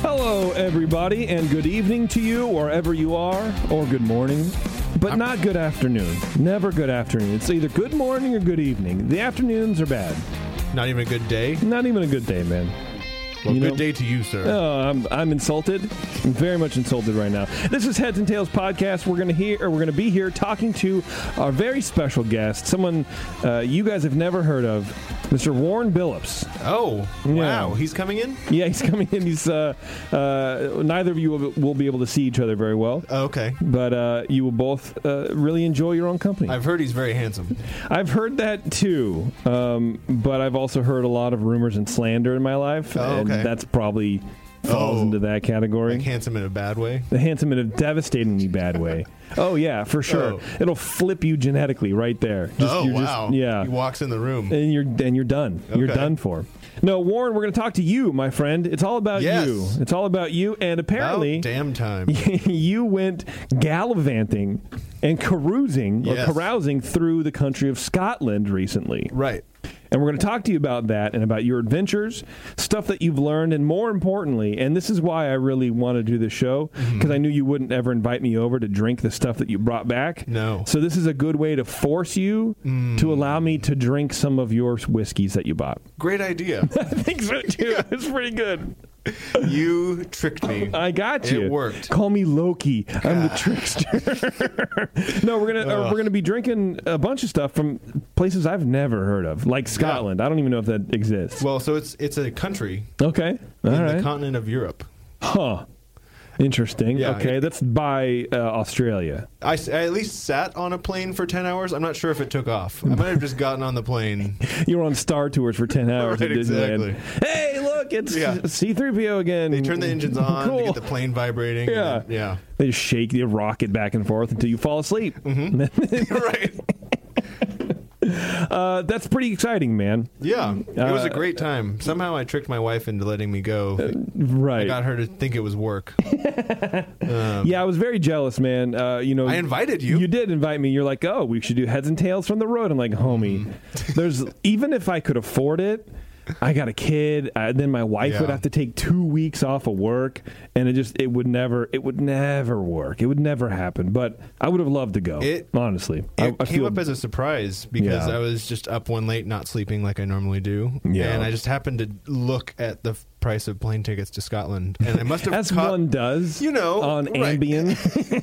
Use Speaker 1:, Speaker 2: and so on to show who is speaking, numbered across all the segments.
Speaker 1: Hello, everybody, and good evening to you, wherever you are, or good morning, but not good afternoon. Never good afternoon. It's either good morning or good evening. The afternoons are bad.
Speaker 2: Not even a good day.
Speaker 1: Not even a good day, man.
Speaker 2: Well,
Speaker 1: You
Speaker 2: good
Speaker 1: know-
Speaker 2: day to you, sir.
Speaker 1: Oh, I'm, I'm insulted. I'm very much insulted right now. This is Heads and Tails podcast. We're gonna hear, or we're gonna be here talking to our very special guest, someone uh, you guys have never heard of, Mr. Warren Billups.
Speaker 2: Oh, wow. He's coming in?
Speaker 1: Yeah, he's coming in. He's uh, uh, neither of you will, will be able to see each other very well,
Speaker 2: Oh, okay.
Speaker 1: but uh, you will both uh, really enjoy your own company. I've,
Speaker 2: I've heard he's very handsome.
Speaker 1: heard that too, um, but I've also heard a lot of rumors and slander in my life,
Speaker 2: Oh,
Speaker 1: and
Speaker 2: okay.
Speaker 1: that's probably falls
Speaker 2: Oh.
Speaker 1: into that category.
Speaker 2: Like handsome in a bad way.
Speaker 1: The handsome in a devastatingly bad way. Oh yeah, for sure.
Speaker 2: Oh.
Speaker 1: It'll flip you genetically right there. Just-
Speaker 2: oh,
Speaker 1: you're just-
Speaker 2: wow.
Speaker 1: yeah.
Speaker 2: He walks in the room.
Speaker 1: and you're and you're done. You're
Speaker 2: Okay.
Speaker 1: done for. No, Warren, we're going to talk to you, my friend. It's all about
Speaker 2: Yes.
Speaker 1: you. It's all about you. And apparently,
Speaker 2: oh, damn time.
Speaker 1: you went gallivanting and carousing
Speaker 2: Yes.
Speaker 1: or carousing through the country of Scotland recently.
Speaker 2: right.
Speaker 1: And we're going to talk to you about that and about your adventures, stuff that you've learned, and more importantly, and this is why I really want to do this show because I knew you wouldn't ever invite me over to drink the stuff that you brought back.
Speaker 2: No.
Speaker 1: So this is a good way to force you to allow me to drink some of your whiskeys that you bought.
Speaker 2: Great idea.
Speaker 1: I think so too. It's pretty good.
Speaker 2: you tricked me.
Speaker 1: I got
Speaker 2: It
Speaker 1: you.
Speaker 2: worked.
Speaker 1: Call me Loki. I'm the trickster. no, we're gonna uh, we're gonna be drinking a bunch of stuff from places I've never heard of, like Scotland. I don't even know if that exists.
Speaker 2: Well, so it's it's a country
Speaker 1: Okay. All
Speaker 2: in
Speaker 1: right.
Speaker 2: the continent of Europe.
Speaker 1: huh. Interesting.
Speaker 2: Yeah,
Speaker 1: okay,
Speaker 2: it-
Speaker 1: that's by uh, Australia.
Speaker 2: I, s- I at least sat on a plane for 10 hours. I'm not sure if it took off. I might have just gotten on the plane.
Speaker 1: You were on Star Tours for ten hours.
Speaker 2: Right,
Speaker 1: and didn't land.
Speaker 2: exactly.
Speaker 1: Hey, look, it's
Speaker 2: Yeah.
Speaker 1: C-3PO again.
Speaker 2: They turned the engines on
Speaker 1: Cool.
Speaker 2: to get the plane vibrating. and
Speaker 1: Yeah.
Speaker 2: then- yeah.
Speaker 1: They just shake the rocket back and forth until you fall asleep.
Speaker 2: Mm-hmm. right.
Speaker 1: uh, that's pretty exciting, man.
Speaker 2: Yeah. it was
Speaker 1: Uh,
Speaker 2: a great time. Somehow I tricked my wife into letting me go.
Speaker 1: Right.
Speaker 2: got her to think it was work.
Speaker 1: yeah, I was very jealous, man. Uh, you know,
Speaker 2: I invited you.
Speaker 1: You did invite me. You're like, oh, we should do heads and tails from the road. I'm like, homie,
Speaker 2: Mm-hmm.
Speaker 1: there's even if I could afford it, I got a kid. Uh, then my wife
Speaker 2: Yeah.
Speaker 1: would have to take two weeks off of work, and it just it would never it would never work. It would never happen. But I would have loved to go.
Speaker 2: It-
Speaker 1: honestly,
Speaker 2: It
Speaker 1: I, I
Speaker 2: came
Speaker 1: feel
Speaker 2: up as a surprise because
Speaker 1: Yeah.
Speaker 2: I was just up one late, not sleeping like I normally do,
Speaker 1: Yeah.
Speaker 2: and I just happened to look at the f- price of plane tickets to Scotland, and I must have
Speaker 1: as
Speaker 2: caught,
Speaker 1: one does,
Speaker 2: you know,
Speaker 1: on
Speaker 2: right.
Speaker 1: Ambien.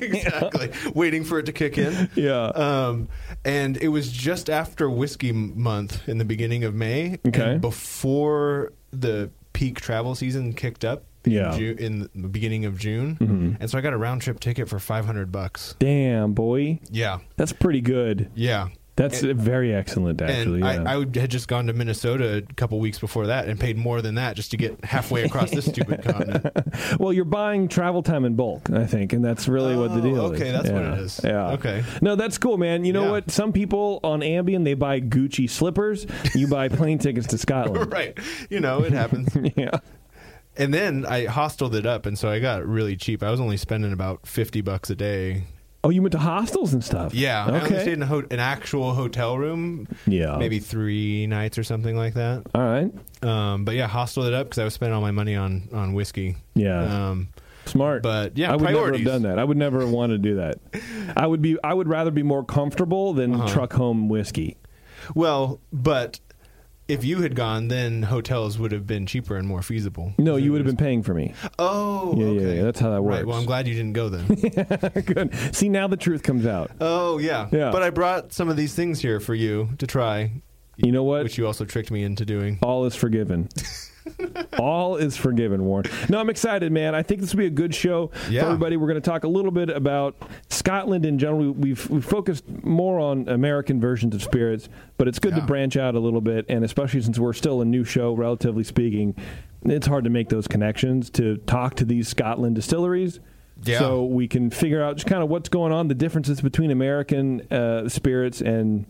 Speaker 2: exactly waiting for it to kick in.
Speaker 1: Yeah.
Speaker 2: um, and it was just after Whiskey M- Month in the beginning of May, and
Speaker 1: Okay.
Speaker 2: before the peak travel season kicked up.
Speaker 1: Yeah. Mm-hmm.
Speaker 2: In, Ju- in the beginning of June, and so I got a round trip ticket for five hundred bucks.
Speaker 1: Damn, boy,
Speaker 2: Yeah,
Speaker 1: that's pretty good.
Speaker 2: yeah.
Speaker 1: That's very excellent, actually.
Speaker 2: and
Speaker 1: yeah.
Speaker 2: I, I would- had just gone to Minnesota a couple weeks before that and paid more than that just to get halfway across this stupid continent.
Speaker 1: Well, you're buying travel time in bulk, I think, and that's really what the
Speaker 2: Oh,
Speaker 1: deal is.
Speaker 2: okay, that's what
Speaker 1: Yeah,
Speaker 2: it is.
Speaker 1: Yeah.
Speaker 2: Okay.
Speaker 1: No, that's cool, man. You know
Speaker 2: Yeah.
Speaker 1: what? Some people on Ambien they buy Gucci slippers. You buy plane tickets to Scotland.
Speaker 2: right. You know, it happens.
Speaker 1: Yeah.
Speaker 2: and then I hosteled it up, and so I got really cheap. I was only spending about 50 bucks a day.
Speaker 1: Oh, you went to hostels and stuff.
Speaker 2: Yeah. I only
Speaker 1: Okay.
Speaker 2: stayed in a ho- an actual hotel room.
Speaker 1: Yeah.
Speaker 2: Maybe three nights or something like that.
Speaker 1: All right.
Speaker 2: Um, but yeah, hosteled it up because I was spending all my money on, on whiskey.
Speaker 1: Yeah.
Speaker 2: Um,
Speaker 1: Smart.
Speaker 2: But, yeah,
Speaker 1: I would
Speaker 2: priorities.
Speaker 1: never have done that. I would never want to do that. I would be. I would rather be more comfortable than
Speaker 2: Uh-huh.
Speaker 1: truck home whiskey.
Speaker 2: well, but if you had gone, then hotels would have been cheaper and more feasible.
Speaker 1: No, you would have been paying for me.
Speaker 2: Oh,
Speaker 1: Yeah, yeah,
Speaker 2: okay.
Speaker 1: yeah, that's how that
Speaker 2: Right. Well,
Speaker 1: works.
Speaker 2: I'm glad you didn't go then.
Speaker 1: Good. See, now the truth comes out.
Speaker 2: oh, yeah.
Speaker 1: Yeah.
Speaker 2: But I brought some of these things here for you to try,
Speaker 1: You know what?
Speaker 2: which you also tricked me into doing.
Speaker 1: All is forgiven. All is forgiven, Warren. No, I'm excited, man. I think this will be a good show
Speaker 2: Yeah.
Speaker 1: for everybody. We're going to talk a little bit about Scotland in general. We've we've focused more on American versions of spirits, but it's good to
Speaker 2: Yeah.
Speaker 1: branch out a little bit, and especially since we're still a new show, relatively speaking, it's hard to make those connections to talk to these Scotland distilleries.
Speaker 2: Yeah.
Speaker 1: So we can figure out just kind of what's going on, the differences between American uh, spirits and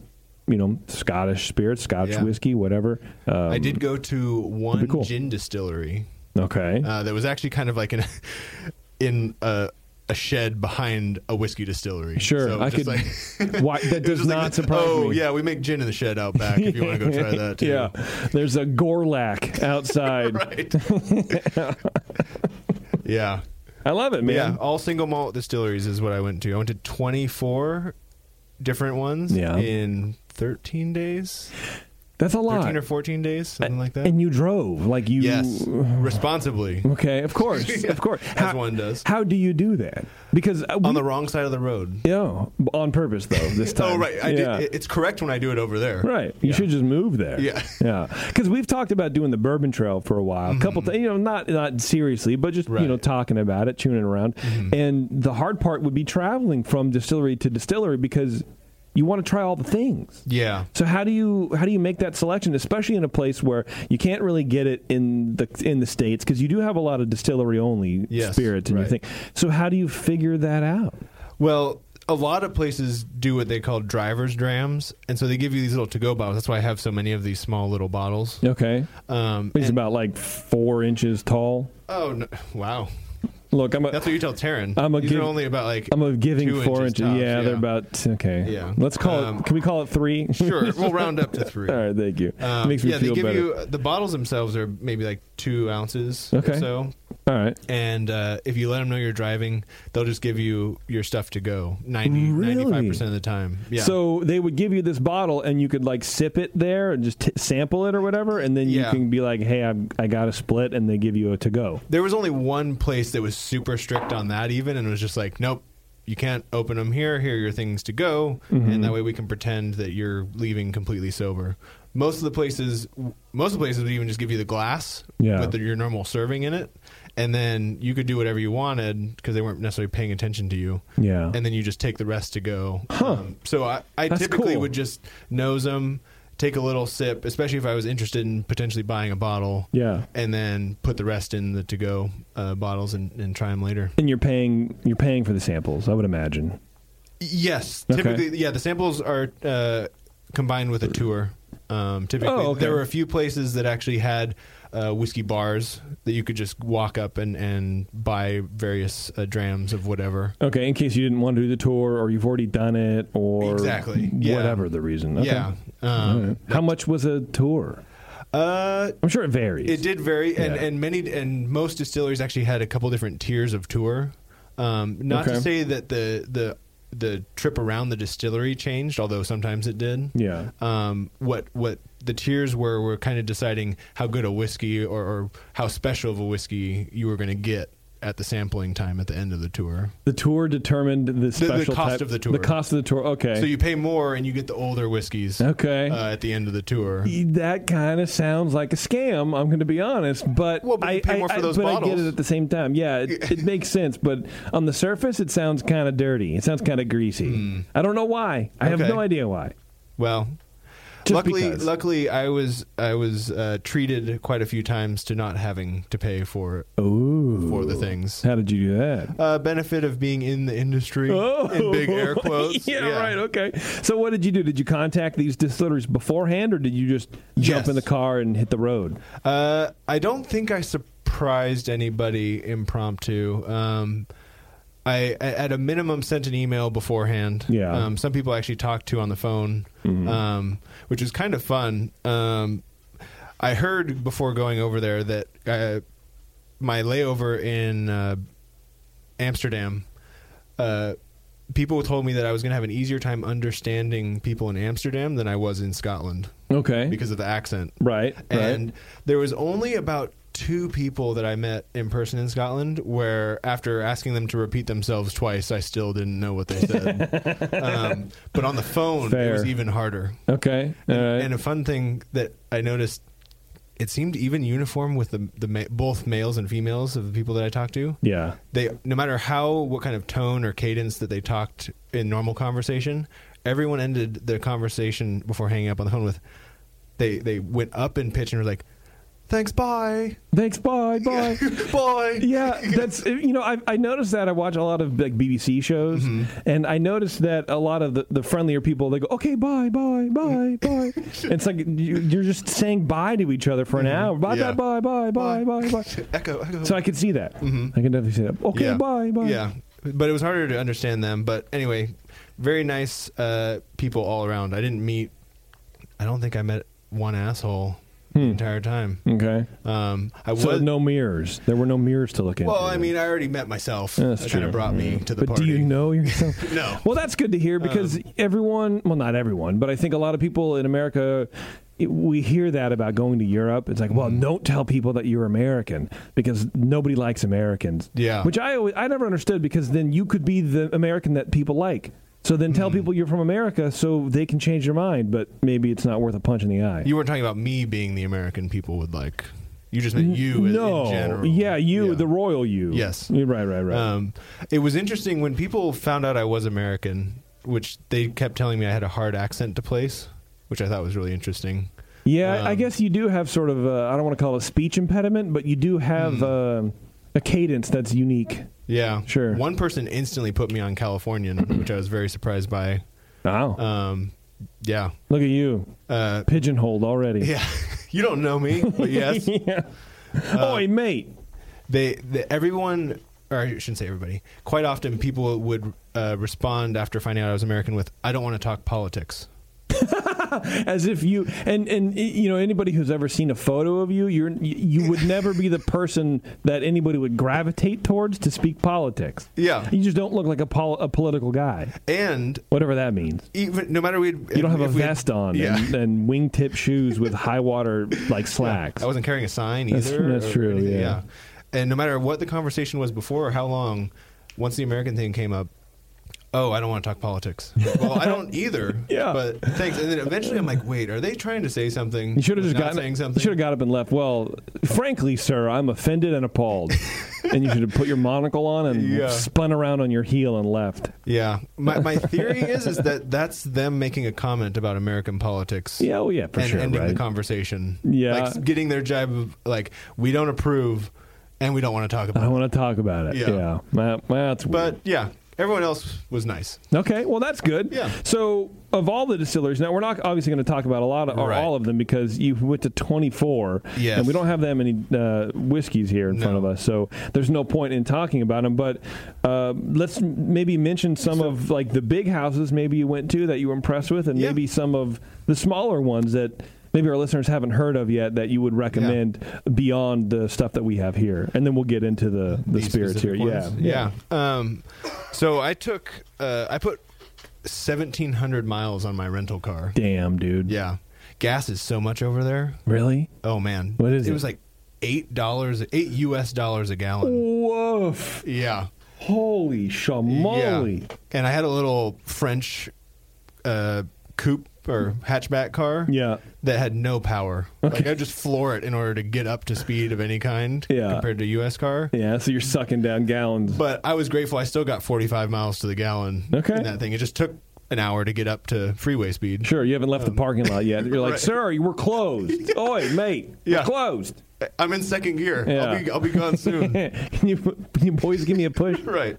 Speaker 1: you know Scottish spirits, Scotch
Speaker 2: Yeah.
Speaker 1: whiskey, whatever. Um,
Speaker 2: I did go to one
Speaker 1: be cool.
Speaker 2: gin distillery
Speaker 1: Okay.
Speaker 2: uh, that was actually kind of like an in a, a shed behind a whiskey distillery.
Speaker 1: Sure,
Speaker 2: So
Speaker 1: I
Speaker 2: just
Speaker 1: could.
Speaker 2: like-
Speaker 1: why, that
Speaker 2: it was
Speaker 1: does
Speaker 2: just like
Speaker 1: not
Speaker 2: the-
Speaker 1: surprise
Speaker 2: oh,
Speaker 1: me.
Speaker 2: yeah, we make gin in the shed out back. If you want to go try that too.
Speaker 1: Yeah, there's a Gorlack outside.
Speaker 2: Right. Yeah.
Speaker 1: I love it, man.
Speaker 2: Yeah, all single malt distilleries is what I went to. I went to 24 different ones
Speaker 1: Yeah.
Speaker 2: in 13 days,
Speaker 1: That's a
Speaker 2: 13
Speaker 1: lot.
Speaker 2: or 14 days, something like that.
Speaker 1: And you drove like you.
Speaker 2: yes, responsibly.
Speaker 1: Okay, of course, of course.
Speaker 2: As one does.
Speaker 1: How do you do that? Because uh, we,
Speaker 2: On the wrong side of the road.
Speaker 1: no, on purpose though. This time.
Speaker 2: Oh, right. I
Speaker 1: yeah.
Speaker 2: did, it- it's correct when I do it over there.
Speaker 1: Right. You
Speaker 2: Yeah.
Speaker 1: should just move there.
Speaker 2: Yeah. Mm-hmm.
Speaker 1: Yeah. Because we've talked about doing the bourbon trail for a while. A couple things, you know, not not seriously, but just, you
Speaker 2: Right. Mm-hmm.
Speaker 1: know, talking about it, tuning around. And the hard part would be traveling from distillery to distillery because you want to try all the things.
Speaker 2: Yeah.
Speaker 1: So how do you how do you make that selection, especially in a place where you can't really get it in the in the states because you do have a lot of distillery only
Speaker 2: Yes,
Speaker 1: spirits and you
Speaker 2: right.
Speaker 1: think. So how do you figure that out?
Speaker 2: Well, a lot of places do what they call driver's drams. And so they give you these little to go bottles. That's why I have so many of these small little bottles.
Speaker 1: Okay,
Speaker 2: Um,
Speaker 1: it's
Speaker 2: and-
Speaker 1: about like four inches tall.
Speaker 2: oh, no, wow.
Speaker 1: Look, I'm a,
Speaker 2: That's what you tell Taryn.
Speaker 1: I'm a
Speaker 2: These
Speaker 1: give-
Speaker 2: are only about like.
Speaker 1: I'm a giving
Speaker 2: two
Speaker 1: four inches.
Speaker 2: inches tops,
Speaker 1: yeah,
Speaker 2: yeah.
Speaker 1: they're about okay.
Speaker 2: Yeah.
Speaker 1: let's call
Speaker 2: Um,
Speaker 1: it. Can we call it three?
Speaker 2: sure, we'll round up to three.
Speaker 1: All right, thank you.
Speaker 2: Um,
Speaker 1: Makes me
Speaker 2: yeah,
Speaker 1: feel
Speaker 2: they give
Speaker 1: better.
Speaker 2: you the bottles themselves are maybe like two ounces
Speaker 1: Okay.
Speaker 2: or so,
Speaker 1: All right,
Speaker 2: and uh, if you let them know you're driving, they'll just give you your stuff to go 95
Speaker 1: Really?
Speaker 2: percent of the time. Yeah.
Speaker 1: so they would give you this bottle, and you could like sip it there and just t- sample it or whatever, and then you
Speaker 2: Yeah.
Speaker 1: can be like, "Hey, I'm, I got a split," and they give you a to go.
Speaker 2: there was only one place that was super strict on that, even, and it was just like, nope. You can't open them here. Here are your things to go,
Speaker 1: Mm-hmm.
Speaker 2: and that way we can pretend that you're leaving completely sober. Most of the places, most of the places would even just give you the glass
Speaker 1: Yeah.
Speaker 2: with the, your normal serving in it, and then you could do whatever you wanted because they weren't necessarily paying attention to you.
Speaker 1: Yeah.
Speaker 2: and then you just take the rest to go.
Speaker 1: Huh.
Speaker 2: Um, so I, I
Speaker 1: That's
Speaker 2: typically
Speaker 1: cool.
Speaker 2: would just nose them, take a little sip, especially if I was interested in potentially buying a bottle.
Speaker 1: Yeah.
Speaker 2: and then put the rest in the to go uh, bottles and, and try them later.
Speaker 1: And you're paying you're paying for the samples, I would imagine.
Speaker 2: Yes,
Speaker 1: Okay.
Speaker 2: typically, yeah, the samples are uh, combined with a tour. Um, typically,
Speaker 1: Oh, okay.
Speaker 2: there were a few places that actually had uh, whiskey bars that you could just walk up and, and buy various uh, drams of whatever.
Speaker 1: Okay, in case you didn't want to do the tour, or you've already done it, or
Speaker 2: Exactly, yeah.
Speaker 1: whatever the reason. Okay.
Speaker 2: Yeah.
Speaker 1: All
Speaker 2: Um,
Speaker 1: right. How much was a tour?
Speaker 2: uh,
Speaker 1: I'm sure it varies.
Speaker 2: It did vary, and,
Speaker 1: Yeah.
Speaker 2: and many and most distilleries actually had a couple different tiers of tour. Um, not
Speaker 1: Okay.
Speaker 2: to say that the the the trip around the distillery changed, although sometimes it did.
Speaker 1: Yeah.
Speaker 2: Um, what what the tiers were were kind of deciding how good a whiskey or, or how special of a whiskey you were going to get at the sampling time at the end of the tour.
Speaker 1: The tour determined the special
Speaker 2: cost
Speaker 1: type-
Speaker 2: of the tour.
Speaker 1: The cost of the tour. Okay.
Speaker 2: So you pay more and you get the older whiskeys.
Speaker 1: okay.
Speaker 2: Uh, at the end of the tour.
Speaker 1: that kind of sounds like a scam. I'm going to be honest, but
Speaker 2: Well, but you
Speaker 1: I,
Speaker 2: pay
Speaker 1: I-
Speaker 2: more for
Speaker 1: I-
Speaker 2: those
Speaker 1: but I get
Speaker 2: bottles.
Speaker 1: it at the same time. Yeah, it, it makes sense, but on the surface, it sounds kind of dirty. It sounds kind of greasy. I don't know why. I have
Speaker 2: Hmm. Okay.
Speaker 1: no idea why.
Speaker 2: Well,
Speaker 1: Just
Speaker 2: luckily,
Speaker 1: because.
Speaker 2: luckily, I was I was uh, treated quite a few times to not having to pay for
Speaker 1: Ooh.
Speaker 2: for the things.
Speaker 1: How did you do that?
Speaker 2: Uh, benefit of being in the industry in big air quotes.
Speaker 1: Oh. yeah, right. Okay. So, what did you do? Did you contact these distilleries beforehand, or did you just jump
Speaker 2: Yes.
Speaker 1: in the car and hit the road?
Speaker 2: Uh, I don't think I surprised anybody impromptu. Um, I a- at a minimum sent an email beforehand.
Speaker 1: Yeah. Mm-hmm.
Speaker 2: Um, some people I actually talked to on the phone, um, which was kind of fun. Um, I heard before going over there that uh, my layover in uh, Amsterdam. Uh, People told me that I was going to have an easier time understanding people in Amsterdam than I was in Scotland
Speaker 1: Okay.
Speaker 2: because of the accent.
Speaker 1: right. Right.
Speaker 2: And there was only about two people that I met in person in Scotland where after asking them to repeat themselves twice, I still didn't know what they said. um, but on the phone, it was
Speaker 1: Fair.
Speaker 2: even harder.
Speaker 1: okay. All right.
Speaker 2: And a fun thing that I noticed, it seemed even uniform with the, the ma- both males and females of the people that I talked to.
Speaker 1: yeah.
Speaker 2: They, no matter how, what kind of tone or cadence that they talked in normal conversation, everyone ended their conversation before hanging up on the phone with, they, they went up in pitch and were like, thanks, bye,
Speaker 1: Thanks. Bye. Bye.
Speaker 2: bye.
Speaker 1: Yeah, that's you know I I noticed that I watch a lot of like BBC shows,
Speaker 2: Mm-hmm.
Speaker 1: and I noticed that a lot of the, the friendlier people they go okay bye bye bye bye. And it's like you, you're just saying bye to each other for an hour. Bye
Speaker 2: Mm-hmm. Yeah.
Speaker 1: bye bye bye bye bye bye.
Speaker 2: Echo, echo.
Speaker 1: So I could see that. I can definitely see that. Okay
Speaker 2: Mm-hmm.
Speaker 1: bye
Speaker 2: yeah.
Speaker 1: bye.
Speaker 2: Yeah. But it was harder to understand them. But anyway, very nice uh, people all around. I didn't meet, I don't think I met one asshole the entire time.
Speaker 1: Okay.
Speaker 2: Um, I
Speaker 1: Hmm. So
Speaker 2: was
Speaker 1: no mirrors. There were no mirrors to look at.
Speaker 2: well. I mean, I already met myself.
Speaker 1: That's
Speaker 2: that kind
Speaker 1: true.
Speaker 2: of brought me to the
Speaker 1: but
Speaker 2: party.
Speaker 1: do you know yourself?
Speaker 2: No. Um,
Speaker 1: Well, that's good to hear because everyone, well, not everyone, but I think a lot of people in America, it, we hear that about going to Europe. It's like, well,
Speaker 2: Mm-hmm.
Speaker 1: don't tell people that you're American because nobody likes Americans.
Speaker 2: Yeah.
Speaker 1: Which I always, I never understood because then you could be the American that people like. So then
Speaker 2: Mm-hmm.
Speaker 1: tell people you're from America so they can change their mind, but maybe it's not worth a punch in the eye.
Speaker 2: You weren't talking about me being the American people would like. You just meant you. as-
Speaker 1: no.
Speaker 2: in general.
Speaker 1: Yeah, you,
Speaker 2: Yeah.
Speaker 1: the royal you.
Speaker 2: Yes.
Speaker 1: You're Right, right, right.
Speaker 2: Um, it was interesting when people found out I was American, which they kept telling me I had a hard accent to place, which I thought was really interesting.
Speaker 1: Yeah, I
Speaker 2: Um,
Speaker 1: guess you do have sort of I I don't want to call it a speech impediment, but you do have
Speaker 2: Hmm.
Speaker 1: uh, a cadence that's unique.
Speaker 2: Yeah,
Speaker 1: Sure.
Speaker 2: One person instantly put me on Californian, which I was very surprised by.
Speaker 1: Wow.
Speaker 2: Um, yeah,
Speaker 1: Uh, Look at you.
Speaker 2: uh,
Speaker 1: Pigeonholed already.
Speaker 2: yeah. you don't know me, but yes,
Speaker 1: Yeah.
Speaker 2: uh,
Speaker 1: Oi, mate.
Speaker 2: they, the everyone, or I shouldn't say everybody. Quite often, people would uh, respond after finding out I was American with, "I don't want to talk politics."
Speaker 1: As if you and and you know anybody who's ever seen a photo of you, you're you would never be the person that anybody would gravitate towards to speak politics.
Speaker 2: Yeah,
Speaker 1: You just don't look like a pol- a political guy,
Speaker 2: and
Speaker 1: whatever that means.
Speaker 2: even no matter we,
Speaker 1: You don't have a vest on
Speaker 2: Yeah.
Speaker 1: and, and wingtip shoes with high water like slacks.
Speaker 2: I wasn't carrying a sign
Speaker 1: That's-
Speaker 2: either.
Speaker 1: that's
Speaker 2: or
Speaker 1: true,
Speaker 2: anything,
Speaker 1: yeah.
Speaker 2: And no matter what the conversation was before or how long, once the American thing came up, oh, I don't want to talk politics. well, I don't either.
Speaker 1: Yeah.
Speaker 2: But thanks. And then eventually I'm like, wait, are they trying to say something?
Speaker 1: You should have
Speaker 2: that's
Speaker 1: just
Speaker 2: not
Speaker 1: gotten.
Speaker 2: saying
Speaker 1: You
Speaker 2: something.
Speaker 1: should have got up and left. Well, frankly, sir, I'm offended and appalled. and you should have put your monocle on and
Speaker 2: Yeah.
Speaker 1: spun around on your heel and left.
Speaker 2: Yeah. My, my theory is is that that's them making a comment about American politics.
Speaker 1: Yeah, oh yeah, for
Speaker 2: and
Speaker 1: sure,
Speaker 2: ending
Speaker 1: right?
Speaker 2: the conversation.
Speaker 1: Yeah.
Speaker 2: Like getting their jibe of like we don't approve and we don't want to talk
Speaker 1: I
Speaker 2: about.
Speaker 1: don't
Speaker 2: it.
Speaker 1: want to talk about it.
Speaker 2: Yeah.
Speaker 1: Yeah, Well, that's
Speaker 2: But yeah, everyone else was nice.
Speaker 1: weird. okay. Well, that's good.
Speaker 2: Yeah.
Speaker 1: So, of all the distilleries, now we're not obviously going to talk about a lot of or
Speaker 2: Right.
Speaker 1: all of them because you went to 24,
Speaker 2: Yes.
Speaker 1: and we don't have that many uh, whiskeys here in front
Speaker 2: No.
Speaker 1: of us, so there's no point in talking about them. But uh, let's m- maybe mention some of like the big houses maybe you went to that you were impressed with, and
Speaker 2: Yeah.
Speaker 1: maybe some of the smaller ones that. Maybe our listeners haven't heard of yet that you would recommend beyond the stuff that we have here, and then we'll get into the, the
Speaker 2: These
Speaker 1: spirits here.
Speaker 2: specific
Speaker 1: Yeah,
Speaker 2: ones? yeah. Um, so I took, uh, I put seventeen hundred miles on my rental car.
Speaker 1: Damn, dude.
Speaker 2: Yeah, gas is so much over there.
Speaker 1: Really?
Speaker 2: Oh man,
Speaker 1: What is it?
Speaker 2: It was like eight dollars, eight U.S. dollars a gallon.
Speaker 1: Woof!
Speaker 2: Yeah,
Speaker 1: Holy shamoly!
Speaker 2: yeah. And I had a little French uh, coupe or hatchback car.
Speaker 1: Yeah.
Speaker 2: That had no power. Like I would just floor it in order to get up to speed of any kind
Speaker 1: Yeah.
Speaker 2: compared to U.S. car.
Speaker 1: Yeah, so you're sucking down gallons.
Speaker 2: But I was grateful. I still got 45 miles to the gallon
Speaker 1: Okay.
Speaker 2: in that thing. It just took an hour to get up to freeway speed.
Speaker 1: sure, you haven't left the parking lot yet. You're like,
Speaker 2: right.
Speaker 1: sir, you were closed. Oi, mate,
Speaker 2: Yeah.
Speaker 1: we're closed.
Speaker 2: I'm in second gear.
Speaker 1: Yeah.
Speaker 2: I'll, be, I'll be gone soon.
Speaker 1: can, you, can you boys give me a push?
Speaker 2: right.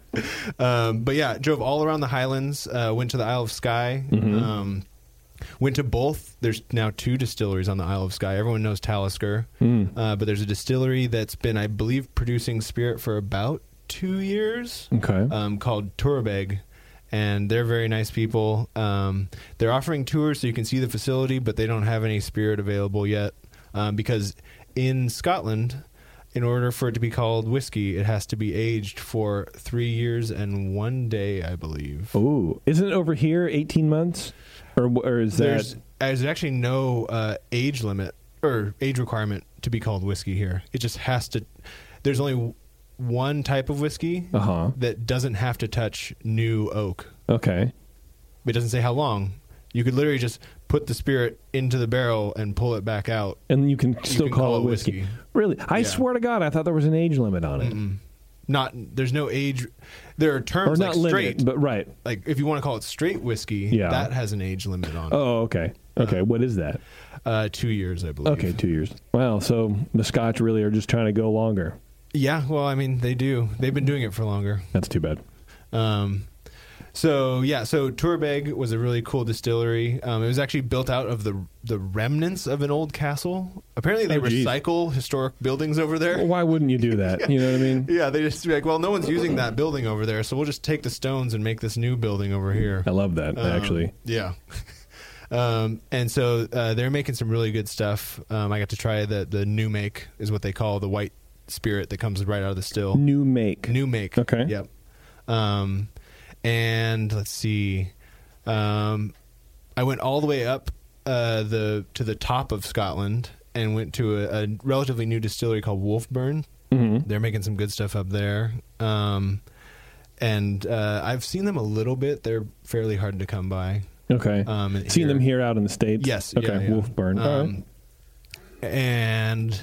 Speaker 2: Um, but yeah, drove all around the Highlands, uh, went to the Isle of Skye. Um, Went to both. There's now two distilleries on the Isle of Skye. Everyone knows Talisker, uh, but there's a distillery that's been, I believe, producing spirit for about two years.
Speaker 1: Okay.
Speaker 2: um, called Tourbeg, and they're very nice people. Um, they're offering tours so you can see the facility, but they don't have any spirit available yet um, because in Scotland, in order for it to be called whiskey, it has to be aged for three years and one day, I believe.
Speaker 1: Ooh, isn't it over here 18 months? Or, wh- or is that.
Speaker 2: There's, there's actually no uh, age limit or age requirement to be called whiskey here. It just has to. There's only w- one type of whiskey
Speaker 1: Uh-huh.
Speaker 2: that doesn't have to touch new oak.
Speaker 1: Okay.
Speaker 2: It doesn't say how long. You could literally just put the spirit into the barrel and pull it back out.
Speaker 1: And you can still
Speaker 2: can
Speaker 1: call, it whiskey. Really? I
Speaker 2: Yeah.
Speaker 1: swear to God, I thought there was an age limit on it.
Speaker 2: Not there's no age. There are
Speaker 1: Or
Speaker 2: terms
Speaker 1: not
Speaker 2: like
Speaker 1: limit,
Speaker 2: straight,
Speaker 1: but right.
Speaker 2: like if you want to call it straight whiskey,
Speaker 1: Yeah.
Speaker 2: that has an age limit on it.
Speaker 1: Oh, okay. Okay,
Speaker 2: Uh-huh.
Speaker 1: what is that?
Speaker 2: Uh, two years, I believe.
Speaker 1: Okay, two years. Wow, so the Scotch really are just trying to go longer.
Speaker 2: Yeah. Well, I mean, they do. They've been doing it for longer.
Speaker 1: That's too bad.
Speaker 2: Um, so yeah, so Tourbeg was a really cool distillery. Um, it was actually built out of the the remnants of an old castle. Apparently, they
Speaker 1: Oh, geez.
Speaker 2: recycle historic buildings over there.
Speaker 1: Why wouldn't you do that? You know what I mean?
Speaker 2: Yeah, they just be like, well, no one's using that building over there, so we'll just take the stones and make this new building over here.
Speaker 1: I love that
Speaker 2: Um,
Speaker 1: actually.
Speaker 2: Yeah. Um, and so uh, they're making some really good stuff. Um, I got to try the the new make is what they call the white spirit that comes right out of the still.
Speaker 1: New make.
Speaker 2: New make.
Speaker 1: Okay.
Speaker 2: Yep. Um, and let's see. Um, I went all the way up uh, the to the top of Scotland and went to a, a relatively new distillery called Wolfburn.
Speaker 1: Mhm.
Speaker 2: They're making some good stuff up there. Um, and uh, I've seen them a little bit. They're fairly hard to come by.
Speaker 1: Okay.
Speaker 2: Um, and
Speaker 1: Seen them here out in the states.
Speaker 2: Yes.
Speaker 1: Okay.
Speaker 2: yeah, yeah.
Speaker 1: Wolfburn. All right.
Speaker 2: Um, And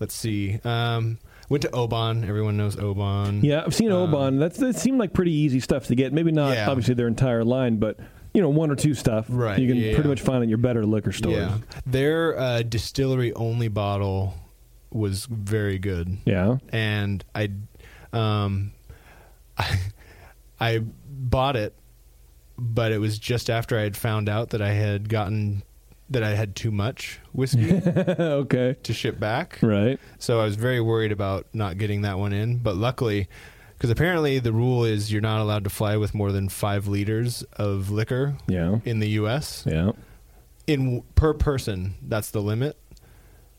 Speaker 2: let's see. Um, went to Oban. Everyone knows Oban.
Speaker 1: Yeah, I've seen
Speaker 2: um,
Speaker 1: Oban. That's that seemed like pretty easy stuff to get. Maybe not
Speaker 2: Yeah.
Speaker 1: obviously their entire line, but you know one or two stuff.
Speaker 2: Right,
Speaker 1: You can
Speaker 2: yeah,
Speaker 1: pretty
Speaker 2: yeah.
Speaker 1: much find at your better liquor stores.
Speaker 2: Yeah. Their uh, distillery only bottle was very good.
Speaker 1: Yeah.
Speaker 2: and I, um, I, I bought it, but it was just after I had found out that I had gotten that I had too much whiskey
Speaker 1: okay.
Speaker 2: to ship back.
Speaker 1: Right.
Speaker 2: So I was very worried about not getting that one in. But luckily, because apparently the rule is you're not allowed to fly with more than five liters of liquor
Speaker 1: Yeah.
Speaker 2: in the U.S.
Speaker 1: Yeah.
Speaker 2: in per person. That's the limit.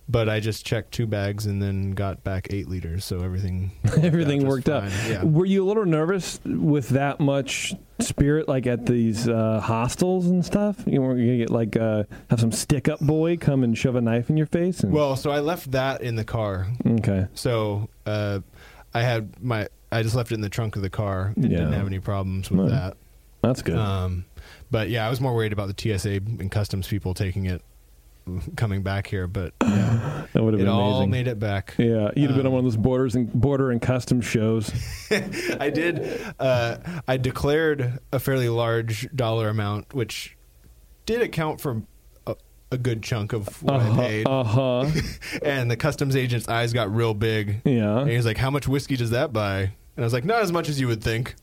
Speaker 2: But I just checked two bags and then got back eight liters, so everything
Speaker 1: Everything
Speaker 2: was
Speaker 1: worked out.
Speaker 2: fine. Yeah.
Speaker 1: Were you a little nervous with that much spirit, like at these uh, hostels and stuff? You weren't gonna get like uh, have some stick up boy come and shove a knife in your face. And,
Speaker 2: Well, so I left that in the car.
Speaker 1: okay.
Speaker 2: So uh, I had my I just left it in the trunk of the car. and
Speaker 1: Yeah.
Speaker 2: Didn't have any problems with
Speaker 1: Right.
Speaker 2: that.
Speaker 1: That's good.
Speaker 2: Um, but yeah, I was more worried about the TSA and customs people taking it coming back here. But yeah,
Speaker 1: that would have
Speaker 2: it
Speaker 1: been
Speaker 2: all
Speaker 1: amazing.
Speaker 2: made it back.
Speaker 1: yeah, you'd have been on
Speaker 2: um,
Speaker 1: one of those borders and border and custom shows.
Speaker 2: I did. Uh, I declared a fairly large dollar amount, which did account for a, a good chunk of what I paid.
Speaker 1: Uh huh.
Speaker 2: and the customs agent's eyes got real big.
Speaker 1: Yeah.
Speaker 2: And he was like, How much whiskey does that buy? And I was like, Not as much as you would think.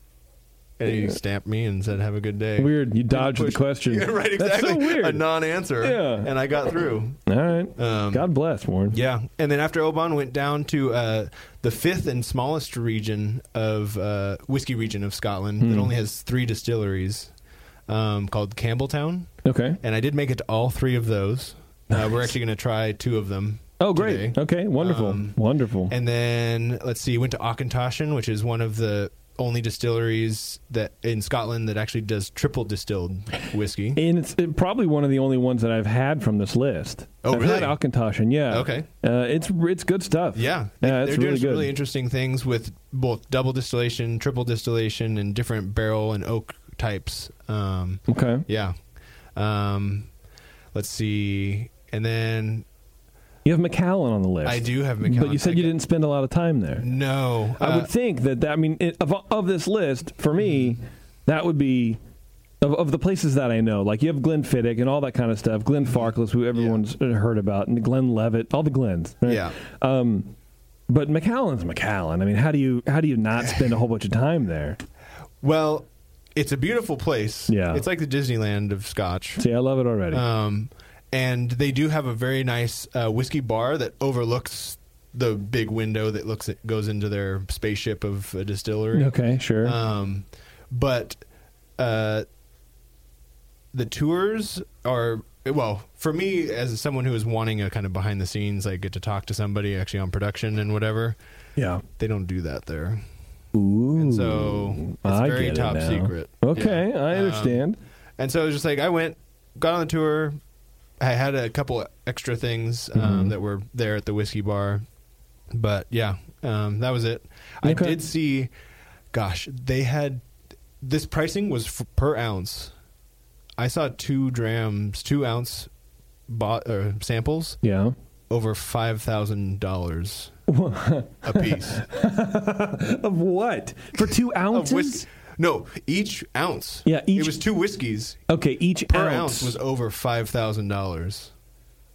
Speaker 2: And he stamped me and said, Have a good day.
Speaker 1: Weird. You dodged the
Speaker 2: Pushed-
Speaker 1: question.
Speaker 2: Yeah, right,
Speaker 1: That's
Speaker 2: exactly.
Speaker 1: so weird.
Speaker 2: A non answer.
Speaker 1: Yeah.
Speaker 2: And I got through.
Speaker 1: All right.
Speaker 2: Um,
Speaker 1: God bless, Warren.
Speaker 2: Yeah. And then after Oban went down to uh, the fifth and smallest region of uh, whiskey region of Scotland
Speaker 1: Hmm.
Speaker 2: that only has three distilleries um, called Campbelltown.
Speaker 1: Okay.
Speaker 2: And I did make it to all three of those. Uh, we're actually going to try two of them.
Speaker 1: Oh, great.
Speaker 2: today.
Speaker 1: Okay. Wonderful.
Speaker 2: Um,
Speaker 1: wonderful.
Speaker 2: And then let's see, went to Auchentoshan, which is one of the only distilleries that in Scotland that actually does triple distilled whiskey.
Speaker 1: And it's it, probably one of the only ones that I've had from this list.
Speaker 2: Oh,
Speaker 1: I've
Speaker 2: really?
Speaker 1: Had Alcantoshan, yeah.
Speaker 2: Okay.
Speaker 1: Uh, it's it's good stuff.
Speaker 2: Yeah,
Speaker 1: Yeah,
Speaker 2: they're
Speaker 1: it's
Speaker 2: doing
Speaker 1: really
Speaker 2: some
Speaker 1: good.
Speaker 2: really interesting things with both double distillation, triple distillation, and different barrel and oak types. Um,
Speaker 1: okay.
Speaker 2: yeah, um, let's see, and then
Speaker 1: You have McAllen on the list.
Speaker 2: I do have McAllen.
Speaker 1: But you said you
Speaker 2: I-
Speaker 1: didn't spend a lot of time there.
Speaker 2: No,
Speaker 1: I
Speaker 2: uh, Mm-hmm.
Speaker 1: would think that, that I mean, it, of, of this list, for me, that would be of, of the places that I know. Like you have Glenfiddich and all that kind of stuff. Glenn
Speaker 2: Mm-hmm.
Speaker 1: Farkless, who everyone's heard about, and Glenn Levitt, all the Glens. right?
Speaker 2: yeah.
Speaker 1: Um, but McAllen's McAllen. I mean, how do you how do you not spend a whole bunch of time there?
Speaker 2: Well, it's a beautiful place.
Speaker 1: Yeah.
Speaker 2: it's like the Disneyland of Scotch.
Speaker 1: See, I love it already.
Speaker 2: Um, and they do have a very nice uh, whiskey bar that overlooks the big window that looks at, goes into their spaceship of a distillery.
Speaker 1: okay, sure.
Speaker 2: Um, but uh, the tours are well for me as someone who is wanting a kind of behind the scenes. I get to talk to somebody actually on production and whatever.
Speaker 1: yeah.
Speaker 2: They don't do that there.
Speaker 1: Ooh.
Speaker 2: And so it's
Speaker 1: I
Speaker 2: very
Speaker 1: get it
Speaker 2: top
Speaker 1: now.
Speaker 2: secret.
Speaker 1: Okay,
Speaker 2: Yeah.
Speaker 1: I
Speaker 2: Um,
Speaker 1: understand.
Speaker 2: and so it was just like I went, got on the tour. I had a couple extra things um,
Speaker 1: Mhm.
Speaker 2: that were there at the whiskey bar, but yeah, um, that was it. I
Speaker 1: Okay.
Speaker 2: did see, gosh, they had this pricing was f- per ounce. I saw two drams, two ounce bot or samples
Speaker 1: yeah.
Speaker 2: over five thousand dollars a piece
Speaker 1: Of what? For two
Speaker 2: of
Speaker 1: ounces?
Speaker 2: whiskey. No, each ounce.
Speaker 1: Yeah, each-
Speaker 2: it was two whiskeys
Speaker 1: Okay, each
Speaker 2: per
Speaker 1: ounce.
Speaker 2: ounce was over five thousand dollars.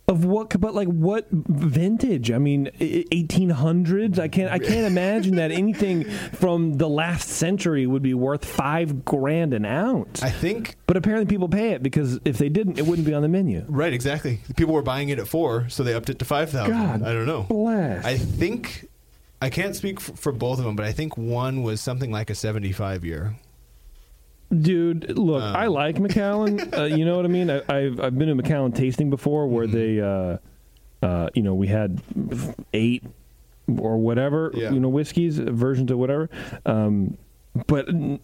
Speaker 1: of what? But like what vintage? I mean, eighteen hundreds. I can't. I can't imagine that anything from the last century would be worth five grand an ounce.
Speaker 2: I think
Speaker 1: but apparently, people pay it because if they didn't, it wouldn't be on the menu.
Speaker 2: right, exactly. People were buying it at four, so they upped it to five thousand.
Speaker 1: God
Speaker 2: I don't know.
Speaker 1: bless.
Speaker 2: I think I can't speak for, for both of them, but I think one was something like a seventy-five year.
Speaker 1: Dude, look,
Speaker 2: Um.
Speaker 1: I like McAllen. uh, you know what I mean? I, I've I've been to McAllen tasting before, where
Speaker 2: Mm-hmm.
Speaker 1: they, uh, uh, you know, we had eight or whatever,
Speaker 2: Yeah.
Speaker 1: you know, whiskeys versions of whatever. Um, but n-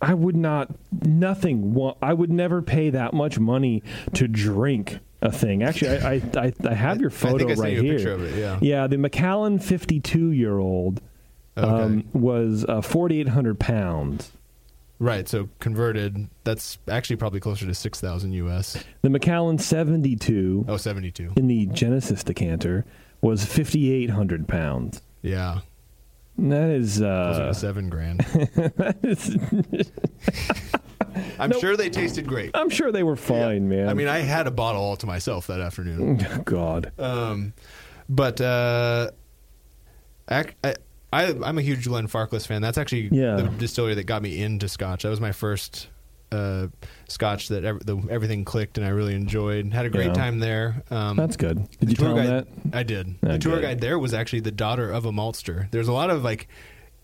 Speaker 1: I would not nothing. wa- I would never pay that much money to drink a thing. Actually, I I, I, I have your
Speaker 2: I
Speaker 1: photo
Speaker 2: think I sent
Speaker 1: right
Speaker 2: you a
Speaker 1: here.
Speaker 2: picture of it, yeah.
Speaker 1: yeah, the McAllen fifty-two-year-old um,
Speaker 2: Okay.
Speaker 1: was uh, forty-eight hundred pounds.
Speaker 2: Right, so converted, that's actually probably closer to 6,000 US.
Speaker 1: The McAllen 72
Speaker 2: Oh, 72.
Speaker 1: in the Genesis decanter was 5,800 pounds.
Speaker 2: Yeah.
Speaker 1: And That is,
Speaker 2: Closer
Speaker 1: uh,
Speaker 2: to 7 grand.
Speaker 1: that is-
Speaker 2: I'm
Speaker 1: Nope.
Speaker 2: sure they tasted great.
Speaker 1: I'm sure they were fine, man.
Speaker 2: I mean, I had a bottle all to myself that afternoon.
Speaker 1: God.
Speaker 2: Um, but uh, ac- I, I, I'm a huge Glenn Farkless fan. That's actually
Speaker 1: Yeah.
Speaker 2: the distillery that got me into Scotch. That was my first uh, Scotch that ev- the, everything clicked, and I really enjoyed. Had a great
Speaker 1: Yeah.
Speaker 2: time there. Um,
Speaker 1: That's good.
Speaker 2: the
Speaker 1: Did you
Speaker 2: tour
Speaker 1: tell them
Speaker 2: guide-
Speaker 1: that?
Speaker 2: I did.
Speaker 1: Oh,
Speaker 2: the tour
Speaker 1: good.
Speaker 2: guide there was actually the daughter of a maltster. There's a lot of like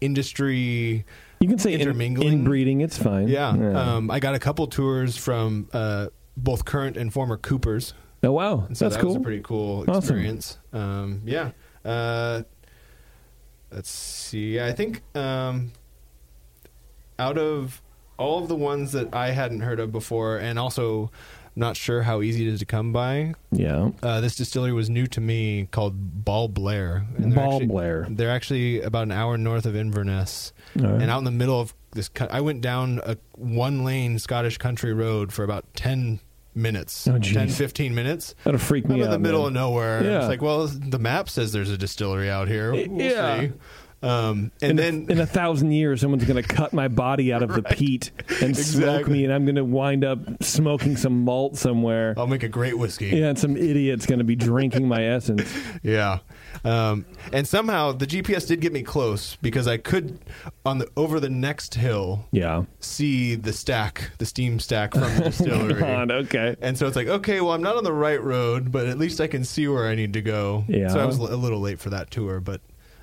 Speaker 2: industry
Speaker 1: You can say in-
Speaker 2: Intermingling?
Speaker 1: inbreeding. It's fine.
Speaker 2: yeah, Um, i got a couple tours from uh, both current and former coopers
Speaker 1: oh, wow.
Speaker 2: and so
Speaker 1: That's
Speaker 2: that was
Speaker 1: cool.
Speaker 2: a pretty cool
Speaker 1: Awesome.
Speaker 2: experience. Um, yeah. Uh, let's see. I think um, out of all of the ones that I hadn't heard of before, and also not sure how easy it is to come by,
Speaker 1: yeah.
Speaker 2: uh, this distillery was new to me called Ball Blair. And they're
Speaker 1: Ball
Speaker 2: actually-
Speaker 1: Blair.
Speaker 2: They're actually about an hour north of Inverness.
Speaker 1: All right.
Speaker 2: And out in the middle of this, cou- I went down a one lane Scottish country road for about 10 minutes,
Speaker 1: Oh, geez.
Speaker 2: 10, 15 minutes.
Speaker 1: That'll freak me
Speaker 2: I'm
Speaker 1: out.
Speaker 2: in the middle
Speaker 1: man.
Speaker 2: of nowhere.
Speaker 1: Yeah.
Speaker 2: It's like, well, the map says there's a distillery out here.
Speaker 1: Y-
Speaker 2: We'll
Speaker 1: yeah.
Speaker 2: see. Um, and
Speaker 1: in
Speaker 2: then
Speaker 1: a, in a thousand years, someone's going to cut my body out of the peat and smoke
Speaker 2: Exactly.
Speaker 1: me, and I'm going to wind up smoking some malt somewhere.
Speaker 2: I'll make a great whiskey.
Speaker 1: Yeah, and some idiot's going to be drinking my essence.
Speaker 2: Yeah. Um, and somehow the GPS did get me close because I could on the over the next hill
Speaker 1: Yeah.
Speaker 2: see the stack, the steam stack from the distillery.
Speaker 1: God, okay.
Speaker 2: And so it's like, okay, well, I'm not on the right road, but at least I can see where I need to go.
Speaker 1: Yeah.
Speaker 2: So I was l- a little late for that tour, but